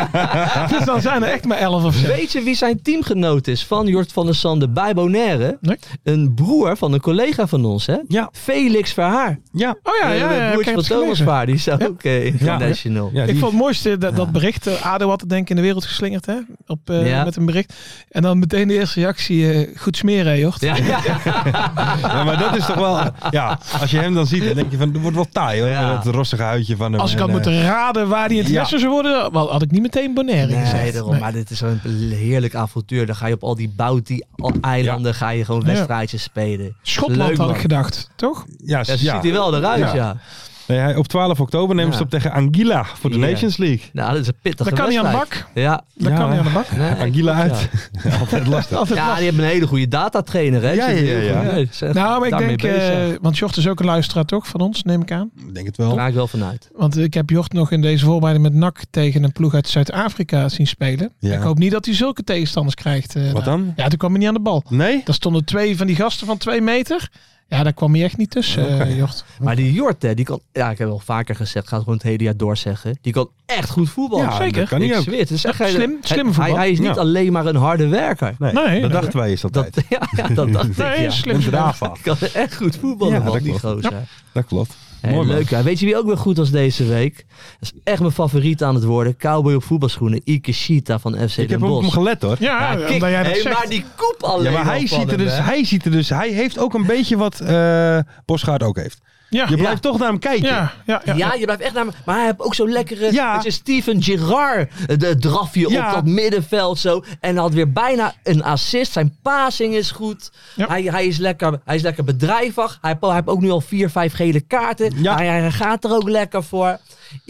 dus dan zijn er echt maar 11 of zo. Weet je wie zijn teamgenoot is van Jort van der Sande bij Bonaire? Nee? Een broer van een collega van ons, hè? Ja. Felix Verhaar. Ja. Oh ja, ja, ja, ja, het ik broertje heb van het Thomas gelezen. Verhaar. Die is ook eh, international. Ja, ik die- vond het mooiste dat, dat bericht. eh, Ado had het denk ik in de wereld geslingerd hè? Op, eh, Ja. met een bericht. En dan meteen de eerste reactie. eh, goed smeren, hè, jocht. Ja, ja. [laughs] Ja, maar dat is toch wel... Ja, als je hem dan ziet, dan denk je van... Het wordt wel taai, hoor. Ja. Dat rossige huidje van hem. Als ik had en, eh, moeten raden waar die interesse zou worden, wel, had ik niet meteen Bonaire Nee, gezegd. daarom. Nee. Maar dit is wel een heerlijk avontuur. Dan ga je op al die Bounty-eilanden ga je gewoon wedstrijdjes spelen. Schotland Leuk, had ik man. gedacht, toch? Ja, Ja, ja, zo ziet hij wel eruit, ja. Ja. Nee, hij, op 12 oktober nemen Ja. ze op tegen Anguilla voor de Ja. Nations League. Nou, dat is een pittige Dan kan hij aan de wedstrijd. bak. Ja. Dan Ja. kan hij aan de bak. Nee, Anguilla klopt, ja. uit. Altijd lastig. [laughs] Altijd Ja, die hebben een hele goede datatrainer, hè? Ja, Die zijn ja, heel ja. goed. Nee, die zijn Nou, maar ik daarmee denk, eh, bezig. want Jocht is ook een luisteraar toch van ons, neem ik aan. Ik denk het Daar wel. ga ik wel vanuit. Want ik heb Jocht nog in deze voorbereiding met NAC tegen een ploeg uit Zuid-Afrika zien spelen. Ja. Ik hoop niet dat hij zulke tegenstanders krijgt. eh, Wat daar. dan? Ja, toen kwam hij niet aan de bal. Nee? Daar stonden twee van die gasten van twee meter. Ja, daar kwam hij echt niet tussen, eh, Jocht. Maar die Jort, hè, die kan, ja, ik heb wel vaker gezegd, ga het gewoon het hele jaar doorzeggen. Die kan echt goed voetballen. Ja, Zeker. dat kan hij ik ook. zweer het. het is echt, hij- slim- hij- slimme hij, voetbal. hij is niet Ja. alleen maar een harde werker. Nee, Nee, dat nee. dachten wij eens altijd. Dat, [laughs] ja, ja, dat dacht ik. Nee, ja. slim Een gedaan. draafval. Die kan echt goed voetballen, Ja, man, dat die klopt. gozer. Dat klopt. Hey, Mooi, man. leuk, hè. Weet je wie ook weer goed was deze week? Dat is echt mijn favoriet aan het worden. Cowboy op voetbalschoenen. Ikeshita van FC Ik Den heb op hem Bosch. gelet hoor. Ja, Ja, omdat kijk, jij dat hey, zegt. maar die koep alleen Ja, maar al hij van ziet, er hem, dus, hè. hij ziet er dus, hij heeft ook een beetje wat eh Bosgaard ook heeft. ja, Je blijft toch naar hem kijken. ja, ja, ja, Ja, je blijft echt naar me. Maar hij heeft ook zo'n lekkere. Ja. Het is Steven Gerrard. De drafje Ja. op dat middenveld zo. En had weer bijna een assist. Zijn passing is goed. Ja. Hij, hij, is lekker, hij is lekker bedrijvig. Hij, heeft- hij heeft ook nu al vier, vijf gele kaarten. Ja. Hij, hij gaat er ook lekker voor.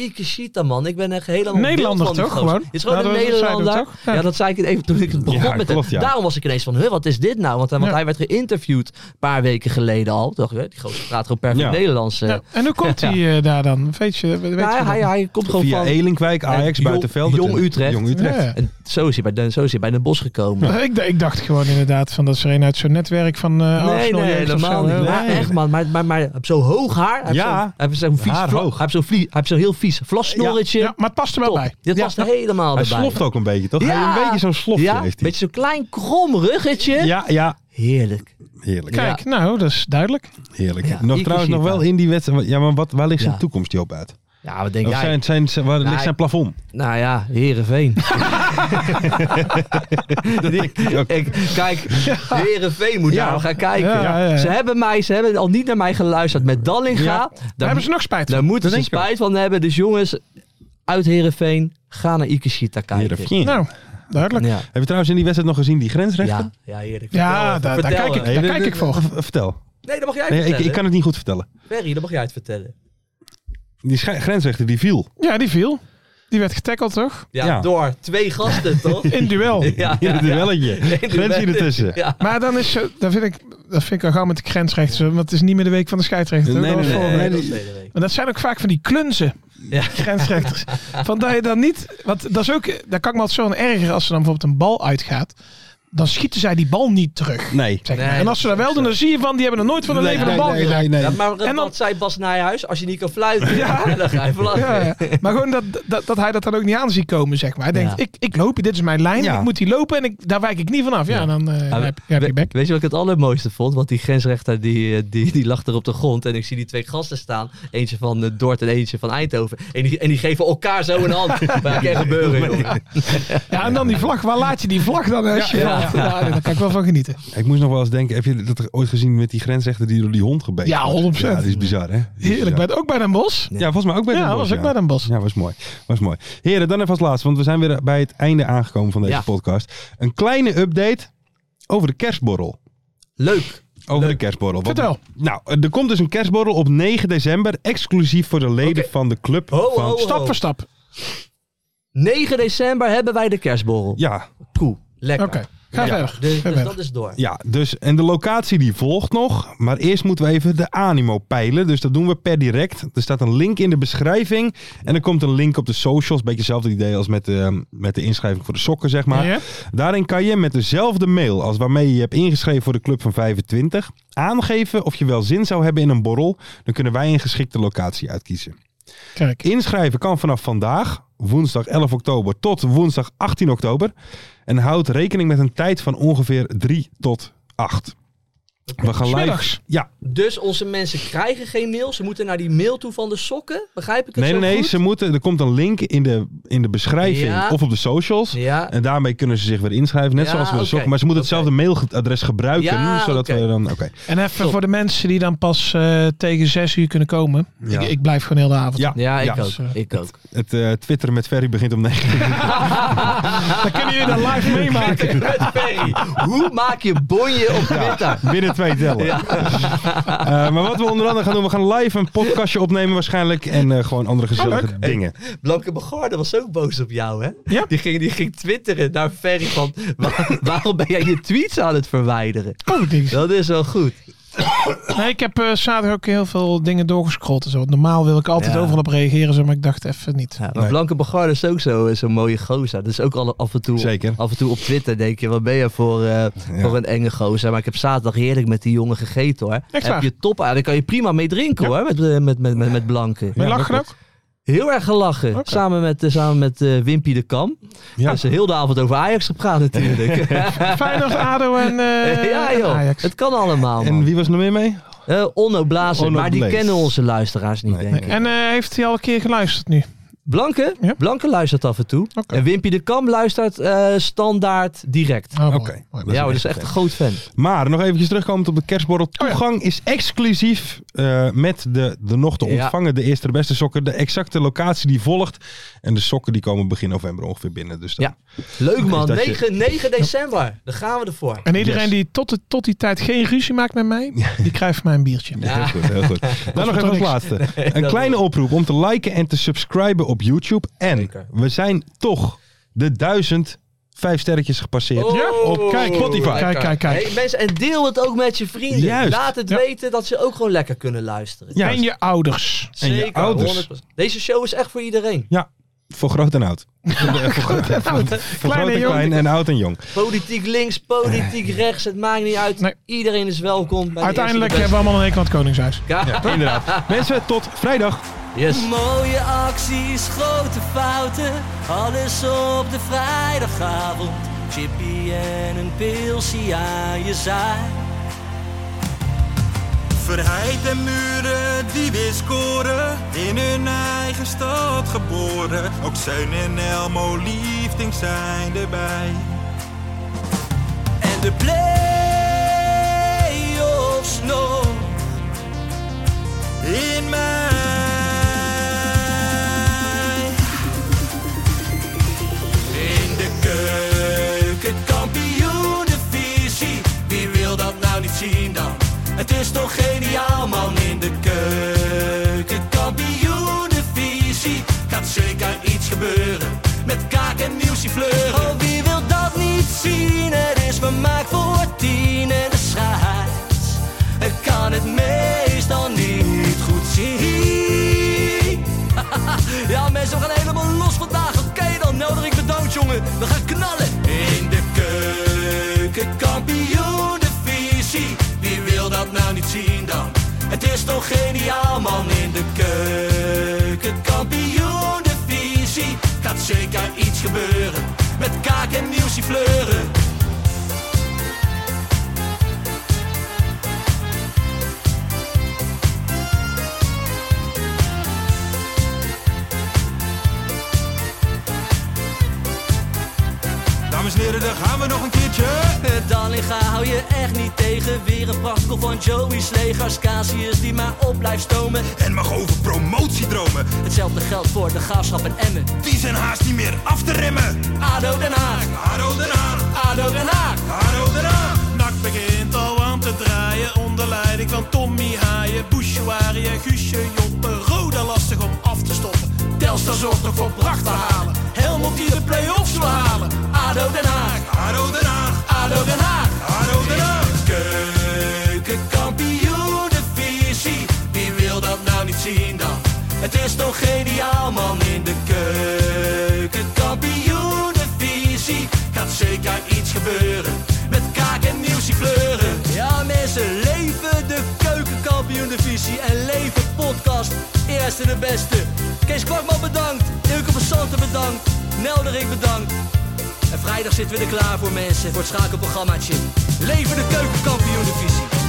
Ikeshita, man. Ik ben echt helemaal Nederlander wild van die toch, gozer. gewoon? Het is gewoon Ja, een dat- dat zei je Nederlander. toch? Ja. Ja. dat zei ik het even toen ik het begon Ja, met klopt, hem. ja. Daarom was ik ineens van, huh, wat is dit nou? Want, want Ja. hij werd geïnterviewd een paar weken geleden al. Toen dacht ik, hè, die gozer praat gewoon perfect Ja. Nederlands. eh. Ja, en hoe komt hij eh, daar dan? Weet je, weet Nou, je dat? hij, hij komt gewoon Via van... Elinkwijk, Ajax, Jong- Buitenveld. Jong Utrecht. Jong Utrecht. Ja. En zo is hij bij Den, zo is hij bij Den Bosch gekomen. Ik, d- ik dacht gewoon inderdaad van dat ze een uit zo'n netwerk van eh Nee, Arsenal nee, jeugd of helemaal zo, hè? niet. Maar Nee. echt, man. Maar, maar, maar hij heeft zo hoog haar. Hij heeft Ja. zo'n- Hij heeft zo'n vies Haar vla- hoog. Hij heeft zo'n vlie- hij heeft zo'n heel vies vlassnorretje. Ja, maar het past er wel Top. bij. Dit Ja. past er helemaal Hij bij. sloft ook een beetje, toch? Hij Ja. heeft een beetje zo'n sloftje Ja, heeft hij. beetje zo'n klein krom ruggetje. Ja, ja. Heerlijk. Heerlijk. Kijk, nou, dat is duidelijk. Heerlijk. Ja, nog ik trouwens zie nog het wel wel. in die wedstrijd. Ja, maar wat, waar ligt zijn Ja. toekomst, Joop, uit? Ja, wat denk Of jij? zijn, zijn, zijn, waar ligt Nee. zijn [laughs] plafond? Nou ja, [laughs] Herenveen. [laughs] ik, kijk, Herenveen moet Ja. daar gaan kijken. Ja, ja, ja. Ze hebben mij, ze hebben al niet naar mij geluisterd met Dallinga. Ja. Daar Daar, hebben ze nog spijt van. daar moeten ze denk ik spijt van hebben. Dus jongens, uit Herenveen, ga naar Ikeshita kijken. Heerenveen. Nou, duidelijk. Ja, Heb je trouwens in die wedstrijd nog gezien die grensrechter? ja, ja heerlijk. Vertel Ja, even, daar- daar vertel kijk ik- even. Daar de- kijk de- ik voor. v- Vertel. Nee, dat mag jij het Nee, ik, vertellen. ik kan het niet goed vertellen. Ferry, dat mag jij het vertellen. Die schi- grensrechter die viel. Ja, die viel. Die werd getackeld, toch? Ja, Ja. door twee [laughs] gasten, toch? [laughs] In duel. Ja, In het duelletje. Grens hier ertussen. Ja. Maar dan is zo, dat vind ik, dat vind ik al gauw met de grensrechters, hoor, want het is niet meer de week van de scheidsrechter. Nee, dat was nee, vorige nee. week. dat was tweede week. Maar dat zijn ook vaak van die klunzen, Ja. grensrechters. Van dat je dan niet, want dat is ook, daar kan ik me altijd zo aan ergeren als er dan bijvoorbeeld een bal uitgaat, dan schieten zij die bal niet terug. Nee. Zeg maar. Nee, en als ze dat wel doen, dan zie je van, die hebben er nooit van hun leven een bal nee, geraakt. nee, nee. Ja, maar En en dan- dan zei Bas Nijhuis, als je niet kan fluiten, ja. [laughs] dan ga je verlaten. Ja, ja. Maar gewoon dat, dat, dat hij dat dan ook niet aan ziet komen, zeg maar. Hij denkt, Ja. ik, ik loop hier, dit is mijn lijn, Ja. ik moet hier lopen en ik, daar wijk ik niet vanaf. Ja, Ja. dan eh, we- heb, heb je we- bek. weet je wat ik het allermooiste vond? Want die grensrechter die, eh, die, die lag er op de grond. En ik zie die twee gasten staan. Eentje van eh, Dort en eentje van Eindhoven. En die, en die geven elkaar zo een [laughs] hand. Maar kan gebeuren, jongen. Ja, en dan die vlag, waar laat je die vlag dan? Als je Ja. valt? Ja, daar kan ik wel van genieten. Ik moest nog wel eens denken, heb je dat ooit gezien met die grensrechter die door die hond gebeten Ja, wordt? 100%. Ja, dat is bizar, hè? Dat is Heerlijk, bizar. bij, ook bij Den Bos. Ja, volgens mij ook bij Ja, Den Bosch, was ook bij Den Bosch. Ja, was mooi. was mooi. Heren, dan even als laatste, want we zijn weer bij het einde aangekomen van deze Ja. podcast. Een kleine update over de kerstborrel. Leuk. Over de kerstborrel. Want- Vertel. Nou, er komt dus een kerstborrel op 9 december, exclusief voor de leden van de club. Ho, van ho, ho. Stap voor stap. 9 december hebben wij de kerstborrel. Ja, Poeh, lekker. Oké, ga Ja, verder. Dus, dus Ga verder. dat is door. ja, dus en de locatie die volgt nog, maar eerst moeten we even de animo peilen. Dus dat doen we per direct. Er staat een link in de beschrijving en er komt een link op de socials. Beetje hetzelfde idee als met de, met de inschrijving voor de sokken, zeg maar. Ja. Daarin kan je met dezelfde mail als waarmee je je hebt ingeschreven voor de Club van 25 aangeven of je wel zin zou hebben in een borrel. Dan kunnen wij een geschikte locatie uitkiezen. Kijk, Inschrijven kan vanaf vandaag, woensdag 11 oktober, tot woensdag 18 oktober. En houd rekening met een tijd van ongeveer 3 tot 8. We gaan live. Smiddags. Ja, Dus onze mensen krijgen geen mail. Ze moeten naar die mail toe van de sokken. Begrijp ik het nee, zo nee, nee. goed? Ze moeten, er komt een link in de, in de beschrijving Ja. of op de socials. Ja. En daarmee kunnen ze zich weer inschrijven, net Ja, zoals we de oké. sokken. Maar ze moeten Oké. hetzelfde mailadres gebruiken, Ja, zodat oké. we dan... Oké. en even voor de mensen die dan pas eh, tegen zes uur kunnen komen. Ja. Ik, ik blijf gewoon heel de avond. Ja, Ja, ik dus, eh, ook. Ik ook. Het eh twitteren met Ferry begint om 9 uur. Dan kunnen jullie dat live [laughs] [laughs] meemaken. Met Ferry. Hoe maak je bonje op Twitter? Binnen twee tellen. Eh, maar wat we onder andere gaan doen, we gaan live een podcastje opnemen waarschijnlijk. En eh, gewoon andere gezellige dingen. Blanke Begaarde was ook boos op jou, hè? Ja. Die, ging, die ging twitteren naar Ferry van... [laughs] "Wa- waarom ben jij je tweets aan het verwijderen? Oh, ding. Dat is wel goed. Nee, ik heb eh, zaterdag ook heel veel dingen doorgescrollt en zo. Want Normaal wil ik altijd Ja. overal op reageren, zo, maar ik dacht even niet. Ja, maar Blanke Begaarde is ook zo- eh, zo'n mooie gozer. Dus ook al, af, en toe, Zeker. af en toe op Twitter denk je... wat ben je voor, eh, voor een enge gozer? Maar ik heb zaterdag heerlijk met die jongen gegeten, hoor. Echt waar? Heb je top aan. Daar kan je prima mee drinken, hoor. Met, eh, met, met, met, met Blanke. Maar lachen ook? Heel erg gelachen. Samen met, eh, samen met eh, Wimpy de Kam. Ja. Dus heel de avond over Ajax gepraat [laughs] natuurlijk. Feyenoord, ADO [laughs] en, eh, ja en joh, Ajax. het kan allemaal man. En wie was er nog meer mee? Eh, Onno Blazer, Onno maar die Blazer. kennen onze luisteraars niet denk ik. En eh, heeft hij al een keer geluisterd nu? Blanke, Ja. Blanke luistert af en toe. Oké. En Wimpy de Kam luistert eh, standaard direct. Oh, mooi. Oké. Mooi. ja, hoor, dat is echt een groot fan. Maar nog eventjes terugkomend op de kerstborrel. Oh Toegang is exclusief eh, met de, de nog te Ja. ontvangen, de eerste de beste sokken. De exacte locatie die volgt. En de sokken die komen begin november ongeveer binnen. Dus dan- Ja. Leuk man, dat je- 9, 9 december. Daar gaan we ervoor. En iedereen Yes. die tot, de- tot die tijd geen ruzie maakt met mij, die krijgt van mij een biertje. Heel goed, heel [laughs] goed. Dan nog toch even als niks. laatste. Een kleine oproep om te liken en te subscriben op YouTube. En Zeker. we zijn toch de duizend vijf sterretjes gepasseerd. Op kijk, Spotify. Kijk, kijk, kijk. Oh. Hey, mensen, en deel het ook met je vrienden. Juist. Laat het Ja. weten dat ze ook gewoon lekker kunnen luisteren. Ja, En je ouders. en je Zeker, ouders. 100%. Deze show is echt voor iedereen. Voor groot en [laughs] oud. voor groot, voor- voor groot Klein en en jong. klein en oud en [laughs] jong. Politiek links, politiek Eh. rechts, het maakt niet uit. Nee. Iedereen is welkom. Bij de Uiteindelijk eerste hebben we allemaal een hekel aan het Koningshuis. de beste. Ja. Inderdaad. Mensen, tot vrijdag. Yes. Mooie acties, grote fouten, alles op de vrijdagavond. Chippy en een pilsie aan je zaai. Verheid en muren die weer scoren, in hun eigen stad geboren. Ook Zijn en Elmo liefding zijn erbij. En de play-offs nog. In mij. In de keuken, kampioenenvisie. Wie wil dat nou niet zien dan? Het is toch geniaal man in de keuken, kampioenenvisie. Gaat zeker iets gebeuren met kaak en nieuwsje fleuren. Oh, wie wil dat niet zien? Het is vermaakt voor tien en de scheids. Ik kan het meestal niet goed zien. [laughs] Ja, mensen, we gaan helemaal los vandaag. Oké, dan nodig ik bedankt, jongen. We gaan knallen. In de keuken, kampioen, de visie. Wie wil dat nou niet zien dan? Het is toch geniaal, man. In de keuken, kampioen, de visie. Gaat zeker iets gebeuren. Met kaak en nieuwsie fleuren. Dames en heren, daar gaan we nog een keertje. Het Dallinga hou je echt niet tegen. Weer een prachtkel van Joey's legers. Casius die maar op blijft stomen. En mag over promotiedromen, Hetzelfde geldt voor de gaafschap en Emmen. die zijn haast niet meer af te remmen. ADO Den Haag, Haro Den Haag, ADO Den Haag. Haro Den Haag. Nak begint al aan te draaien onder leiding van Tommy Haaien, Bouchouari en Guusje Joppen. Roda lastig om af te stoppen. Telstar zorgt nog voor pracht te halen. Helmond die de play-offs wil halen. ADO Den Haag, Haro Den Haag, ADO Den Haag. Haro Den Haag. Keukenkampioenenvisie, wie wil dat nou niet zien dan? Het is toch geniaal man in de keukenkampioenenvisie. Gaat zeker iets gebeuren, met kaak en nieuwsie fleuren. Ja mensen, leven de keukenkampioenenvisie en leven podcast. Eerste de beste. Kees Kwakman bedankt, Ilke van Santen bedankt, Nelderik bedankt. En vrijdag zitten we er klaar voor mensen, voor het schakelprogrammaatje. Leven de keukenkampioen divisie.